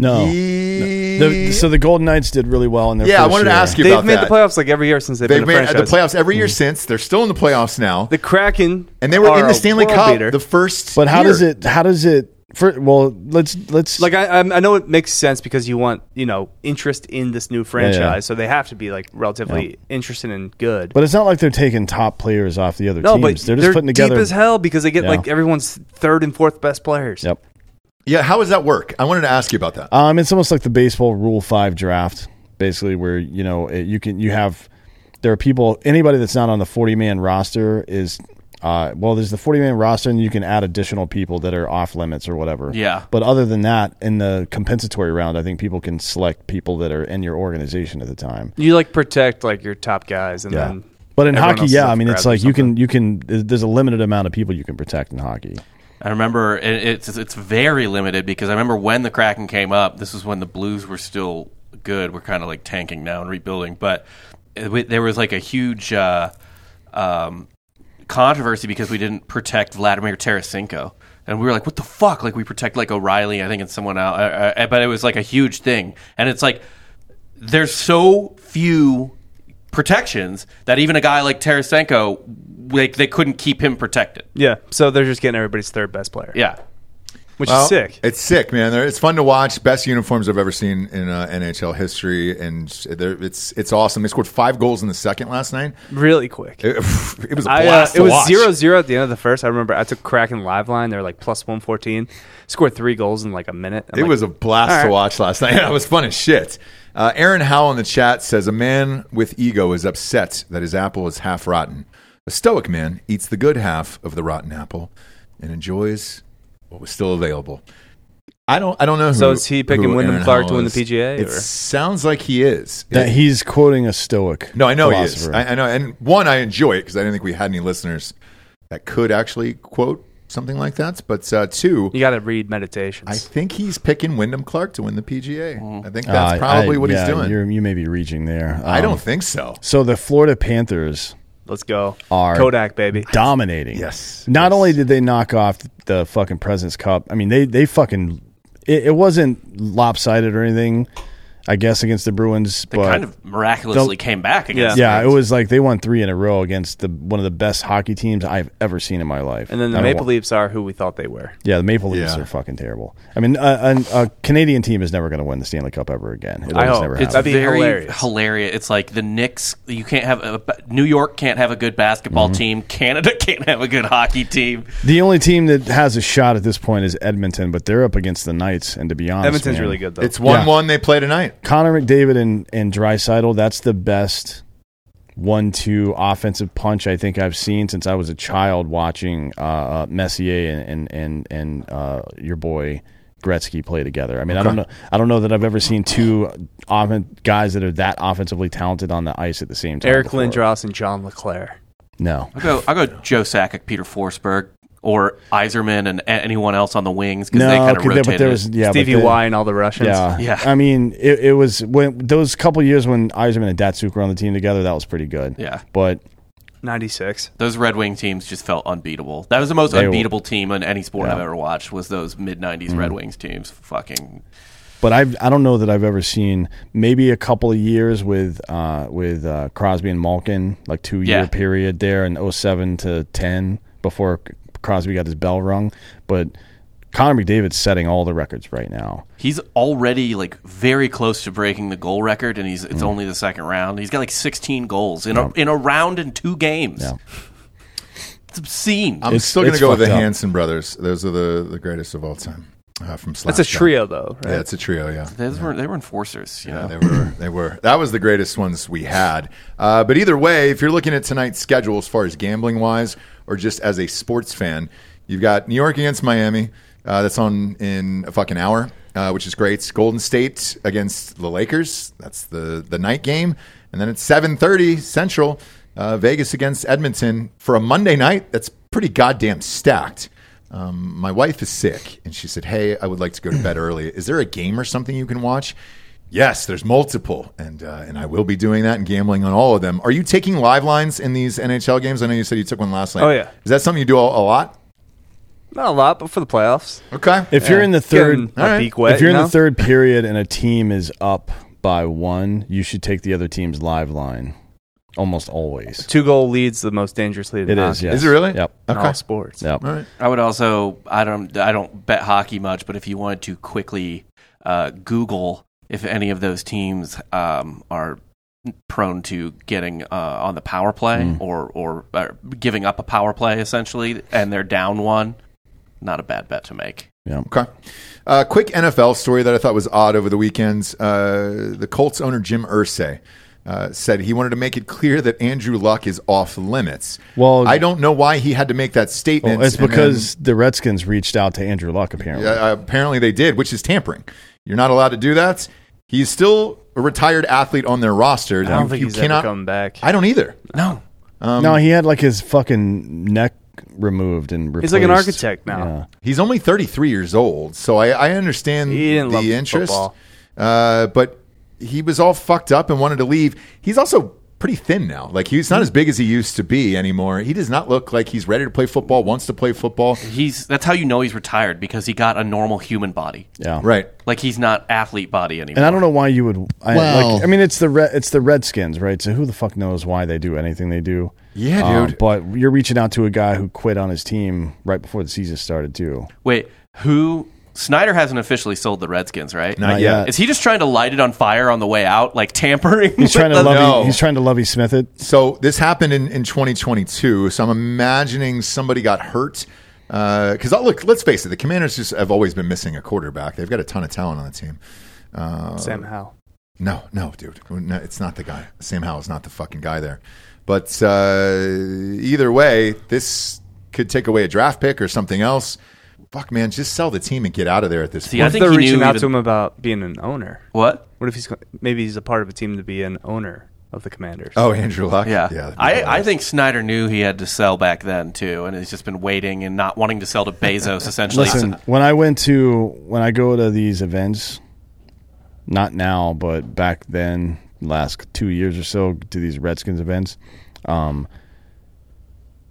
Speaker 6: No. The- so the Golden Knights did really well in their
Speaker 2: yeah, I
Speaker 6: first
Speaker 2: wanted to
Speaker 6: year.
Speaker 2: ask you
Speaker 3: They've
Speaker 2: about
Speaker 3: made
Speaker 2: that.
Speaker 3: the playoffs like every year since they've,
Speaker 2: They've
Speaker 3: been a
Speaker 2: made uh, the
Speaker 3: franchise. Hmm.
Speaker 2: playoffs every year since. They're still in the playoffs now,
Speaker 3: The Kraken
Speaker 2: and they were
Speaker 3: are
Speaker 2: in
Speaker 3: a
Speaker 2: the Stanley
Speaker 3: world
Speaker 2: Cup
Speaker 3: beater.
Speaker 2: the first.
Speaker 6: But how
Speaker 2: year.
Speaker 6: does it? How does it? For, well, let's let's
Speaker 3: like I, I'm- I know it makes sense because you want you know interest in this new franchise, so they have to be like relatively interested and good.
Speaker 6: But it's not like they're taking top players off the other
Speaker 3: no,
Speaker 6: teams.
Speaker 3: but
Speaker 6: they're just putting together.
Speaker 3: deep as hell because they get
Speaker 6: Yeah.
Speaker 3: like everyone's third and fourth best players.
Speaker 6: Yep.
Speaker 2: Yeah, how does that work? I wanted to ask you about that.
Speaker 6: Um, it's almost like the baseball Rule Five draft, basically, where you know it, you can you have there are people anybody that's not on the forty man roster is. Uh, well, there's the 40 man roster, and you can add additional people that are off limits or whatever.
Speaker 5: Yeah.
Speaker 6: But other than that, in the compensatory round, I think people can select people that are in your organization at the time.
Speaker 3: You like protect like your top guys, and
Speaker 6: Yeah.
Speaker 3: then
Speaker 6: But
Speaker 3: Um, everyone
Speaker 6: in hockey,
Speaker 3: else is
Speaker 6: yeah,
Speaker 3: up
Speaker 6: I
Speaker 3: for
Speaker 6: mean, it's
Speaker 3: grabs or
Speaker 6: like you
Speaker 3: something.
Speaker 6: can, you can. There's a limited amount of people you can protect in hockey.
Speaker 5: I remember it, it's it's very limited because I remember when the Kraken came up. This was when the Blues were still good. We're kind of like tanking now and rebuilding, but it, w- there was like a huge uh, um, controversy because we didn't protect Vladimir Tarasenko. And we were like, "What the fuck?" Like we protect like O'Reilly, I think, and someone else. Uh, uh, but it was like a huge thing, and it's like there's so few protections that even a guy like Tarasenko, like they couldn't keep him protected.
Speaker 3: yeah, so they're just getting everybody's third best player.
Speaker 5: Yeah,
Speaker 3: which
Speaker 2: Well,
Speaker 3: is sick.
Speaker 2: It's sick, man. They're- It's fun to watch. Best uniforms I've ever seen in uh, NHL history, and they're- it's it's awesome. They scored five goals in the second last night.
Speaker 3: really quick.
Speaker 2: It, [laughs] it was a
Speaker 3: I, uh,
Speaker 2: blast.
Speaker 3: it
Speaker 2: to
Speaker 3: was
Speaker 2: watch.
Speaker 3: zero zero at the end of the first. I remember I took Kraken live line. They were like plus one fourteen. Scored three goals in like a minute. I'm
Speaker 2: It
Speaker 3: like,
Speaker 2: was a blast
Speaker 3: All
Speaker 2: to
Speaker 3: right.
Speaker 2: watch last night. [laughs] it was fun as shit. Uh, Aaron Howell in the chat says a man with ego is upset that his apple is half rotten. A stoic man eats the good half of the rotten apple and enjoys what was still available. I don't. I don't know. Who,
Speaker 3: So is he picking
Speaker 2: who
Speaker 3: Wyndham
Speaker 2: Aaron
Speaker 3: Clark to
Speaker 2: Howell
Speaker 3: win the
Speaker 2: is.
Speaker 3: PGA,
Speaker 2: It
Speaker 3: or?
Speaker 2: sounds like he is.
Speaker 6: That
Speaker 2: It-
Speaker 6: he's quoting a Stoic.
Speaker 2: no, I know he is.
Speaker 6: philosopher.
Speaker 2: I, I know. And one, I enjoy it because I didn't think we had any listeners that could actually quote something like that. But uh, two,
Speaker 3: You got to read meditations.
Speaker 2: I think he's picking Wyndham Clark to win the PGA.
Speaker 3: Oh.
Speaker 2: I think
Speaker 6: Uh,
Speaker 2: that's
Speaker 6: I-
Speaker 2: probably
Speaker 6: I-
Speaker 2: what
Speaker 6: yeah,
Speaker 2: he's doing.
Speaker 6: You're, you may be reaching there.
Speaker 2: I
Speaker 6: Um,
Speaker 2: don't think so.
Speaker 6: So the Florida Panthers
Speaker 3: Let's go.
Speaker 6: are
Speaker 3: Kodak, baby.
Speaker 6: dominating.
Speaker 2: Yes.
Speaker 6: Not only did they knock off the fucking President's Cup, I mean they they fucking it, it wasn't lopsided or anything. I guess against the Bruins,
Speaker 5: They
Speaker 6: but
Speaker 5: kind of miraculously came back against.
Speaker 3: Yeah.
Speaker 6: yeah, it was like they won three in a row against the one of the best hockey teams I've ever seen in my life.
Speaker 3: And then
Speaker 6: I
Speaker 3: the
Speaker 6: don't
Speaker 3: Maple
Speaker 6: wa-
Speaker 3: Leafs are who we thought they were.
Speaker 6: Yeah, the Maple Leafs
Speaker 2: Yeah.
Speaker 6: are fucking terrible. I mean, a, a, a Canadian team is never going to win the Stanley Cup ever again. It'll
Speaker 3: I
Speaker 6: just
Speaker 3: hope.
Speaker 6: never
Speaker 3: It's
Speaker 6: happen.
Speaker 3: be
Speaker 5: very
Speaker 3: hilarious.
Speaker 5: hilarious. It's like the Knicks. You can't have a, New York can't have a good basketball
Speaker 6: Mm-hmm.
Speaker 5: team. Canada [laughs] can't have a good hockey team.
Speaker 6: The only team that has a shot at this point is Edmonton, but they're up against the Knights. And to be honest,
Speaker 3: Edmonton's
Speaker 6: man,
Speaker 3: really good, though.
Speaker 2: It's one one they play tonight.
Speaker 6: Connor McDavid and and Drysidle, that's the best one-two offensive punch I think I've seen since I was a child watching uh, uh, Messier and and and, and uh, your boy Gretzky play together. I mean, I don't know, I don't know that I've ever seen two offen- guys that are that offensively talented on the ice at the same time.
Speaker 3: Eric
Speaker 6: before.
Speaker 3: Lindros and John LeClaire.
Speaker 6: no.
Speaker 5: I'll go. I'll go. Joe Sakic, Peter Forsberg, or Iserman, and a- anyone else on the wings because
Speaker 6: No,
Speaker 5: they kind of
Speaker 6: okay,
Speaker 5: rotated.
Speaker 6: but there was
Speaker 5: it.
Speaker 6: yeah, but
Speaker 3: Stevie
Speaker 6: the-
Speaker 3: Y and all the Russians.
Speaker 6: Yeah,
Speaker 5: Yeah.
Speaker 6: I mean, it, it was when those couple years when Eiserman and Datsuk were on the team together. That was pretty good.
Speaker 5: Yeah.
Speaker 6: but
Speaker 3: 96.
Speaker 5: Those Red Wing teams just felt unbeatable. That was the most
Speaker 6: They were-
Speaker 5: unbeatable team on any sport
Speaker 6: Yeah. Mm.
Speaker 5: I've ever watched. Was those mid '90s Red Wings teams? Fucking
Speaker 6: but I I don't know that I've ever seen maybe a couple of years with uh with uh, Crosby and Malkin like two year
Speaker 5: Yeah.
Speaker 6: period there in 07 to ten before C- Crosby got his bell rung, but Connor McDavid's setting all the records right now.
Speaker 5: He's already like very close to breaking the goal record, and he's
Speaker 2: Mm.
Speaker 5: it's only the second round. He's got like 16 goals in a in a round in two games.
Speaker 6: Yeah.
Speaker 5: It's obscene.
Speaker 2: I'm
Speaker 6: It's-
Speaker 2: still going to
Speaker 6: it's
Speaker 2: go with the
Speaker 6: fucked up.
Speaker 2: Hanson brothers. Those are the, the greatest of all time uh, from Slapshot.
Speaker 3: That's a trio, though, right?
Speaker 2: Yeah, it's a trio. Yeah.
Speaker 5: Those were they were enforcers, you
Speaker 2: Yeah,
Speaker 5: know.
Speaker 2: they were. They were. That was the greatest ones we had. Uh, but either way, if you're looking at tonight's schedule as far as gambling wise, or just as a sports fan, you've got New York against Miami. Uh, that's on in a fucking hour, uh, which is great. It's Golden State against the Lakers. That's the the night game, and then it's 7:30 Central. Uh, Vegas against Edmonton for a Monday night. That's pretty goddamn stacked. Um, my wife is sick, and she said, "Hey, I would like to go to bed early. Is there a game or something you can watch?" Yes, there's multiple, and uh, and I will be doing that and gambling on all of them. Are you taking live lines in these NHL games? I know you said you took one last night.
Speaker 3: Oh, yeah.
Speaker 2: is that something you do a, a lot?
Speaker 3: Not a lot, but for the playoffs.
Speaker 2: Okay,
Speaker 6: If you're in the third,
Speaker 3: Getting a
Speaker 2: right.
Speaker 3: beak wet,
Speaker 6: if you're
Speaker 3: you
Speaker 6: in
Speaker 3: know?
Speaker 6: the third period and a team is up by one, you should take the other team's live line almost always.
Speaker 3: Two goal leads the most dangerous lead. in
Speaker 6: It
Speaker 3: hockey.
Speaker 6: is, yes.
Speaker 2: Is it really?
Speaker 6: Yep.
Speaker 3: In
Speaker 2: Okay.
Speaker 3: all sports.
Speaker 6: Yep.
Speaker 2: all right.
Speaker 5: I would also I don't I don't bet hockey much, but if you wanted to quickly uh, Google if any of those teams um, are prone to getting uh, on the power play
Speaker 2: Mm.
Speaker 5: or, or or giving up a power play essentially, and they're down one, not a bad bet to make.
Speaker 2: Okay. Uh, quick NFL story that I thought was odd over the weekend. Uh, the Colts owner Jim Ursay uh, said he wanted to make it clear that Andrew Luck is off limits.
Speaker 6: Well-
Speaker 2: I don't know why he had to make that statement.
Speaker 6: Well, it's
Speaker 2: and then-
Speaker 6: because the Redskins reached out to Andrew Luck apparently.
Speaker 2: Uh, apparently they did, which is tampering. You're not allowed to do that. He's still a retired athlete on their roster.
Speaker 3: I don't
Speaker 2: You-
Speaker 3: think
Speaker 2: you
Speaker 3: he's
Speaker 2: cannot,
Speaker 3: ever coming back.
Speaker 2: I don't either.
Speaker 3: Um,
Speaker 6: no, he had like his fucking neck removed and replaced.
Speaker 3: He's like an architect now.
Speaker 2: He's only 33 years old, so I, I understand
Speaker 3: He didn't love
Speaker 2: the interest.
Speaker 3: football.
Speaker 2: Uh, but he was all fucked up and wanted to leave. He's also pretty thin now. Like he's
Speaker 3: Hmm.
Speaker 2: not as big as he used to be anymore. He does not look like he's ready to play football. Wants to play football.
Speaker 5: He's that's how you know he's retired because he got a normal human body.
Speaker 6: Yeah.
Speaker 2: Right.
Speaker 5: Like he's not athlete body anymore.
Speaker 6: And I don't know why you would. I,
Speaker 4: Well-
Speaker 6: like, I mean, it's the Re- it's the Redskins, right? So who the fuck knows why they do anything they do?
Speaker 2: Yeah,
Speaker 6: Uh,
Speaker 2: dude.
Speaker 6: but you're reaching out to a guy who quit on his team right before the season started, too.
Speaker 5: Wait, who? Snyder hasn't officially sold the Redskins, right?
Speaker 2: Not
Speaker 6: yet. yet.
Speaker 5: Is he just trying to light it on fire on the way out, like tampering?
Speaker 6: He's trying to
Speaker 5: with the-
Speaker 6: Lovey.
Speaker 2: No.
Speaker 6: He's trying to Lovey Smith it.
Speaker 2: So this happened in, in 2022. So I'm imagining somebody got hurt. Because look, let's face it, the Commanders just have always been missing a quarterback. They've got a ton of talent on the team.
Speaker 3: Sam Howell.
Speaker 2: No, no, dude. No, it's not the guy. Sam Howell is not the fucking guy there. But uh, either way, this could take away a draft pick or something else. Fuck, man, just sell the team and get out of there at this
Speaker 5: [laughs] See,
Speaker 2: point.
Speaker 5: I
Speaker 3: What if
Speaker 5: think
Speaker 3: they're
Speaker 5: he
Speaker 3: reaching
Speaker 5: knew
Speaker 3: out
Speaker 5: even-
Speaker 3: to him about being an owner?
Speaker 5: What?
Speaker 3: What if he's go- maybe he's a part of a team to be an owner? of the Commanders.
Speaker 2: Oh, Andrew Luck.
Speaker 5: Yeah,
Speaker 2: yeah. that'd be
Speaker 5: I, I
Speaker 2: hilarious.
Speaker 5: think Snyder knew he had to sell back then too, and he's just been waiting and not wanting to sell to Bezos essentially.
Speaker 6: Listen, when I went to when I go to these events, not now, but back then, last two years or so, to these Redskins events, um,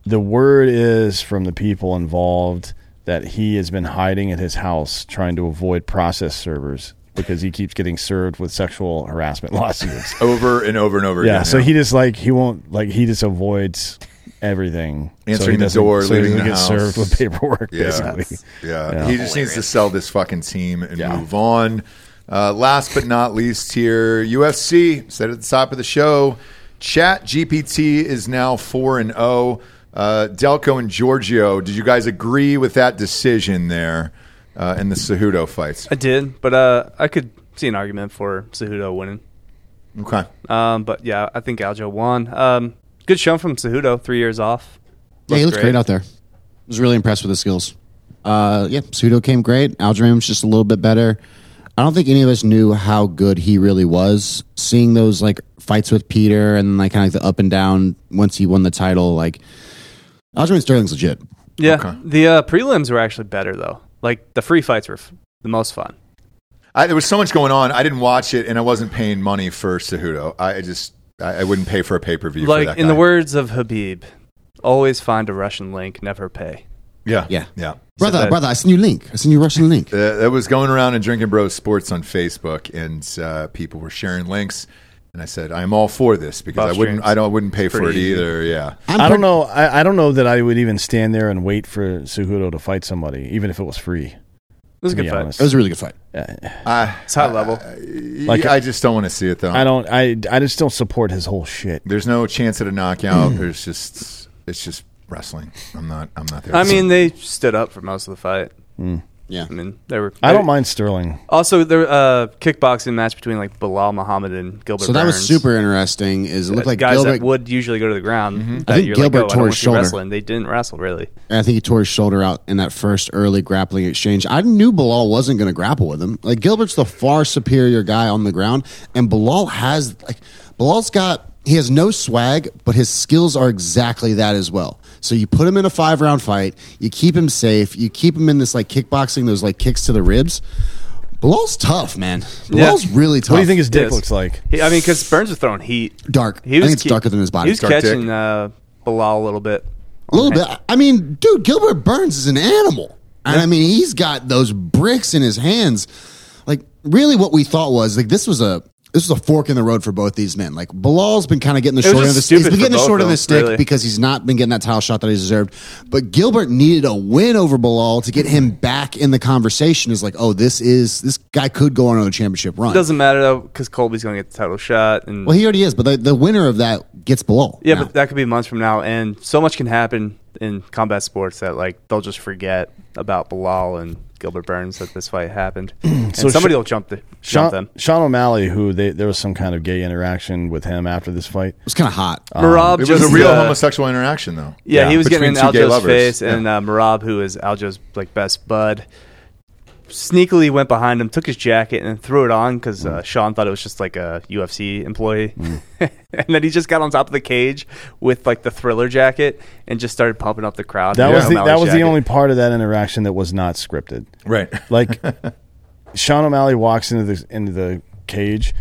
Speaker 6: the word is from the people involved that he has been hiding at his house trying to avoid process servers because he keeps getting served with sexual harassment [laughs] lawsuits.
Speaker 2: over and over and over
Speaker 6: yeah,
Speaker 2: again.
Speaker 6: so he just like he won't like he just avoids everything. So he
Speaker 2: Answering the
Speaker 6: doesn't-
Speaker 2: door,
Speaker 6: so he
Speaker 2: leaving
Speaker 6: doesn't
Speaker 2: the
Speaker 6: get
Speaker 2: house.
Speaker 6: served with paperwork.
Speaker 2: Yeah.
Speaker 6: Basically,
Speaker 2: Yeah.
Speaker 6: Yeah.
Speaker 2: He just needs to sell this fucking team and
Speaker 6: Yeah.
Speaker 2: move on. Uh, last but not least here, UFC said at the top of the show, Chat GPT is now 4 and 0. Uh, Delco and Giorgio, did you guys agree with that decision there uh, in the Cejudo fights?
Speaker 3: I did, but uh, I could see an argument for Cejudo winning.
Speaker 2: Okay.
Speaker 3: Um, but yeah, I think Aljo won. Um, good showing from Cejudo, three years off.
Speaker 4: Yeah, he
Speaker 3: Looked
Speaker 4: looked great.
Speaker 3: great.
Speaker 4: out there. Was really impressed with his skills. Uh, yeah, Pseudo came great. Algernon was just a little bit better. I don't think any of us knew how good he really was. Seeing those like fights with Peter and like kind of the up and down once he won the title, like Algernon Sterling's legit.
Speaker 3: Yeah, the uh, prelims were actually better though. Like the free fights were f- the most fun.
Speaker 2: I, there was so much going on. I didn't watch it, and I wasn't paying money for Cejudo. I I just I, I wouldn't pay for a pay per view.
Speaker 3: Like
Speaker 2: for that
Speaker 3: in the
Speaker 2: guy.
Speaker 3: words of Habib, always find a Russian link, never pay.
Speaker 2: yeah,
Speaker 4: Yeah.
Speaker 2: yeah.
Speaker 4: Brother,
Speaker 3: that-
Speaker 4: brother, I sent you a link. I sent you a Russian link.
Speaker 2: Uh, that was going around in Drinking Bros Sports on Facebook, and uh, people were sharing links. And I said, "I'm all for this because
Speaker 3: Buff
Speaker 2: I wouldn't,
Speaker 3: streams.
Speaker 2: I don't, wouldn't pay for it
Speaker 3: Pretty easy.
Speaker 2: either." Yeah,
Speaker 4: I'm
Speaker 6: I
Speaker 4: pretty-
Speaker 6: don't know. I, I don't know that I would even stand there and wait for Cejudo to fight somebody, even if it was free.
Speaker 3: It was a
Speaker 6: To
Speaker 3: good
Speaker 6: be
Speaker 3: fight.
Speaker 6: honest,
Speaker 4: It was a really good fight.
Speaker 2: I,
Speaker 3: It's high level.
Speaker 4: Uh,
Speaker 2: like, I just don't want to see it though.
Speaker 6: I don't. I I just don't support his whole shit.
Speaker 2: There's no chance at a knockout. There's just, it's just wrestling. I'm not, I'm not there.
Speaker 3: I mean, they stood up for most of the fight.
Speaker 4: Yeah.
Speaker 3: I mean, they were.
Speaker 6: I
Speaker 3: they-
Speaker 6: don't mind Sterling.
Speaker 3: Also, the uh, kickboxing match between like Bilal Muhammad and Gilbert.
Speaker 4: So that was
Speaker 3: Burns.
Speaker 4: super interesting. Is it looked like
Speaker 3: guys
Speaker 4: Gilbert Mm-hmm.
Speaker 3: that would usually go to the ground. That
Speaker 4: I think
Speaker 3: you're like,
Speaker 4: Gilbert
Speaker 3: oh, I
Speaker 4: tore
Speaker 3: don't
Speaker 4: his
Speaker 3: see
Speaker 4: shoulder.
Speaker 3: Wrestling. They didn't wrestle really.
Speaker 4: And I think he tore his shoulder out in that first early grappling exchange. I knew Bilal wasn't going to grapple with him. Like Gilbert's the far superior guy on the ground, and Bilal has like Bilal's got he has no swag, but his skills are exactly that as well. So you put him in a five round fight, you keep him safe, you keep him in this like kickboxing, those like kicks to the ribs. Bilal's tough, man. Bilal's really tough.
Speaker 6: What do you think his dick
Speaker 3: Oh, Yes.
Speaker 6: looks like?
Speaker 3: He, I mean, because Burns was throwing heat.
Speaker 4: dark?
Speaker 3: He
Speaker 4: I
Speaker 3: was
Speaker 4: think it's
Speaker 3: ki-
Speaker 4: darker than his body.
Speaker 3: He was
Speaker 2: Dark dick.
Speaker 3: catching uh, Bilal a little bit.
Speaker 4: A little bit. I mean, dude, Gilbert Burns is an animal. And I mean, he's got those bricks in his hands. Like, really, what we thought was like this was a this was a fork in the road for both these men. Like Bilal's been kind of getting the
Speaker 3: was
Speaker 4: short end
Speaker 3: just
Speaker 4: of the stick. He's
Speaker 3: stupid
Speaker 4: been
Speaker 3: for
Speaker 4: getting the
Speaker 3: both
Speaker 4: short
Speaker 3: of
Speaker 4: end of the
Speaker 3: them,
Speaker 4: stick
Speaker 3: really.
Speaker 4: because he's not been getting that title shot that he deserved. But Gilbert needed a win over Bilal to get him back in the conversation. Is like, oh, this is this guy could go on another championship run.
Speaker 3: Doesn't matter though, because Colby's going to get the title shot. And
Speaker 4: well, he already is, but the, the winner of that gets Bilal.
Speaker 3: yeah,
Speaker 4: now.
Speaker 3: but that could be months from now, and so much can happen in combat sports that like they'll just forget about Bilal and Gilbert Burns that this fight
Speaker 6: [clears throat]
Speaker 3: happened, and
Speaker 6: So
Speaker 3: somebody
Speaker 6: Sha-
Speaker 3: will jump the jump
Speaker 6: Sean,
Speaker 3: them.
Speaker 6: Sean O'Malley, who they, there was some kind of gay interaction with him after this fight.
Speaker 4: it was kind of hot.
Speaker 6: Um,
Speaker 3: Marab
Speaker 2: it was
Speaker 3: just
Speaker 2: a real
Speaker 3: uh,
Speaker 2: homosexual interaction though.
Speaker 3: Yeah, he was getting
Speaker 2: between
Speaker 3: in
Speaker 2: two gay
Speaker 3: Aljo's
Speaker 2: lovers.
Speaker 3: face, and uh, Marab, who is Aljo's like best bud, sneakily went behind him, took his jacket, and threw it on because
Speaker 6: Mm.
Speaker 3: uh, Sean thought it was just like a UFC employee. [laughs] and then he just got on top of the cage with like the thriller jacket and just started pumping up the crowd.
Speaker 6: That
Speaker 3: with
Speaker 6: was the,
Speaker 3: O'Malley's
Speaker 6: that was the
Speaker 3: jacket.
Speaker 6: only part of that interaction that was not scripted.
Speaker 2: right. [laughs]
Speaker 3: [laughs]
Speaker 6: Like Sean O'Malley walks into the into the cage.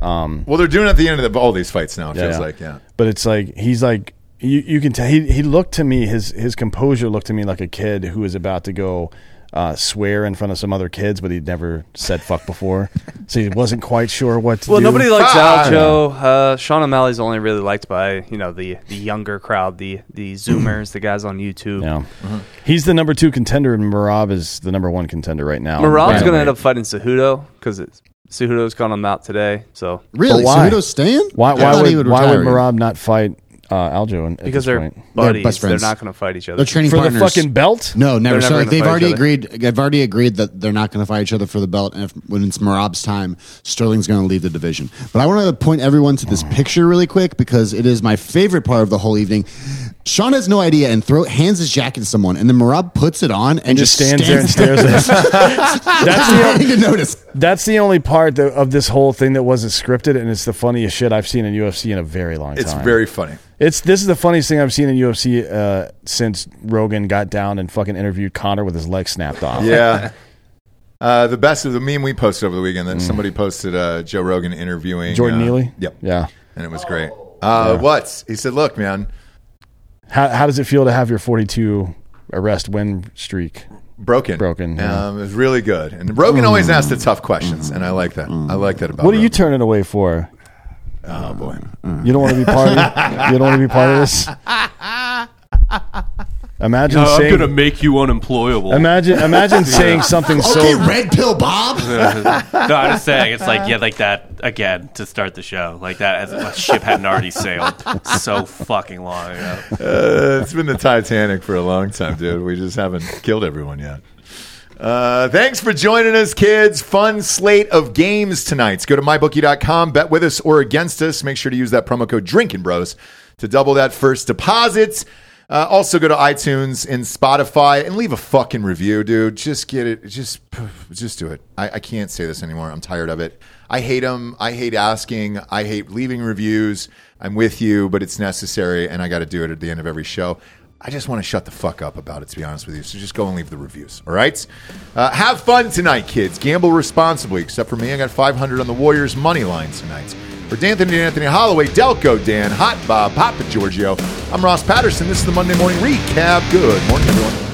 Speaker 6: Um,
Speaker 2: Well, they're doing it at the end of the, all these fights now. It feels like yeah.
Speaker 6: But it's like he's like you, you can tell he, he looked to me his his composure looked to me like a kid who is about to go uh, swear in front of some other kids, but he'd never said
Speaker 4: [laughs]
Speaker 6: fuck before, so he wasn't quite sure what. To
Speaker 3: Well,
Speaker 6: do.
Speaker 3: nobody likes
Speaker 2: Ah!
Speaker 3: Aljo. Uh, Sean O'Malley's only really liked by you know the the younger crowd, the the Zoomers, the guys on YouTube.
Speaker 6: Yeah,
Speaker 4: Uh-huh.
Speaker 6: he's the number two contender, and Marab is the number one contender right now.
Speaker 3: Marab's
Speaker 6: Right.
Speaker 3: going to end up fighting Cejudo because Cejudo's calling him out today. So
Speaker 4: Really?
Speaker 6: But why?
Speaker 4: Cejudo's staying?
Speaker 6: Why?
Speaker 4: I
Speaker 6: Why
Speaker 4: thought
Speaker 6: would,
Speaker 4: he would
Speaker 6: why would
Speaker 4: retire.
Speaker 6: Marab not fight uh, Aljo. in- at
Speaker 3: because
Speaker 6: this
Speaker 3: they're
Speaker 6: point.
Speaker 3: buddies.
Speaker 4: best
Speaker 3: They're,
Speaker 4: friends.
Speaker 3: not going to fight each other.
Speaker 4: They're training
Speaker 6: for
Speaker 4: partners.
Speaker 6: the fucking belt.
Speaker 4: No, never.
Speaker 3: They're
Speaker 4: so
Speaker 3: never gonna
Speaker 4: they've
Speaker 3: fight
Speaker 4: already
Speaker 3: each other.
Speaker 4: agreed. They've already agreed that they're not going to fight each other for the belt. And if, when it's Marab's time, Sterling's going to leave the division. But I want to point everyone to this picture really quick because it is my favorite part of the whole evening. Sean has no idea and throw hands his jacket to someone, and then Marab puts it on and,
Speaker 6: just
Speaker 4: just, [laughs]
Speaker 6: stands there and stares at us.
Speaker 4: That's
Speaker 6: That's
Speaker 4: not
Speaker 6: the,
Speaker 4: even notice.
Speaker 6: that's the only part that, of this whole thing that wasn't scripted, and it's the funniest shit I've seen in UFC in a very long
Speaker 2: It's
Speaker 6: time.
Speaker 2: very funny.
Speaker 6: It's this is the funniest thing I've seen in UFC uh, since Rogan got down and fucking interviewed Connor with his leg snapped off.
Speaker 2: Yeah. Uh, the best of the meme we posted over the weekend that somebody posted uh, Joe Rogan interviewing
Speaker 6: Jordan
Speaker 2: uh,
Speaker 6: Neely.
Speaker 2: Yep.
Speaker 6: Yeah.
Speaker 2: And it was great. Uh, What? He said, look, man,
Speaker 6: How, how does it feel to have your 42 arrest win streak?
Speaker 2: broken.
Speaker 6: Broken, yeah. Mm.
Speaker 2: Um, it was really good. And Rogan always asks the tough questions. And I like that. I like that about
Speaker 6: What are you
Speaker 2: Rogan.
Speaker 6: turning away for?
Speaker 2: oh, boy.
Speaker 6: You don't want to be part of. you don't want to be part of this. Imagine
Speaker 5: I'm
Speaker 6: saying.
Speaker 5: gonna make you unemployable.
Speaker 6: imagine imagine saying something
Speaker 4: Okay,
Speaker 6: so.
Speaker 4: red pill, Bob.
Speaker 5: no, I'm just saying it's like yeah, like that again to start the show, like that as if my ship hadn't already sailed so fucking long ago.
Speaker 2: Uh, it's been the Titanic for a long time, dude. We just haven't killed everyone yet. Uh, thanks for joining us, kids. Fun slate of games tonight. Go to mybookie.com, bet with us or against us. Make sure to use that promo code Drinking Bros to double that first deposit. Uh, also, go to iTunes and Spotify and leave a fucking review, dude. Just get it. Just, [sighs] just do it. I, I can't say this anymore. I'm tired of it. I hate them. I hate asking. I hate leaving reviews. I'm with you, but it's necessary, and I got to do it at the end of every show. I just want to shut the fuck up about it, to be honest with you. So just go and leave the reviews, all right? Uh, have fun tonight, kids. Gamble responsibly, except for me. I got 500 on the Warriors money line tonight. For D'Anthony, Anthony Holloway, Delco, Dan, Hot Bob, Papa Giorgio, I'm Ross Patterson. This is the Monday Morning Recap. Good morning, everyone.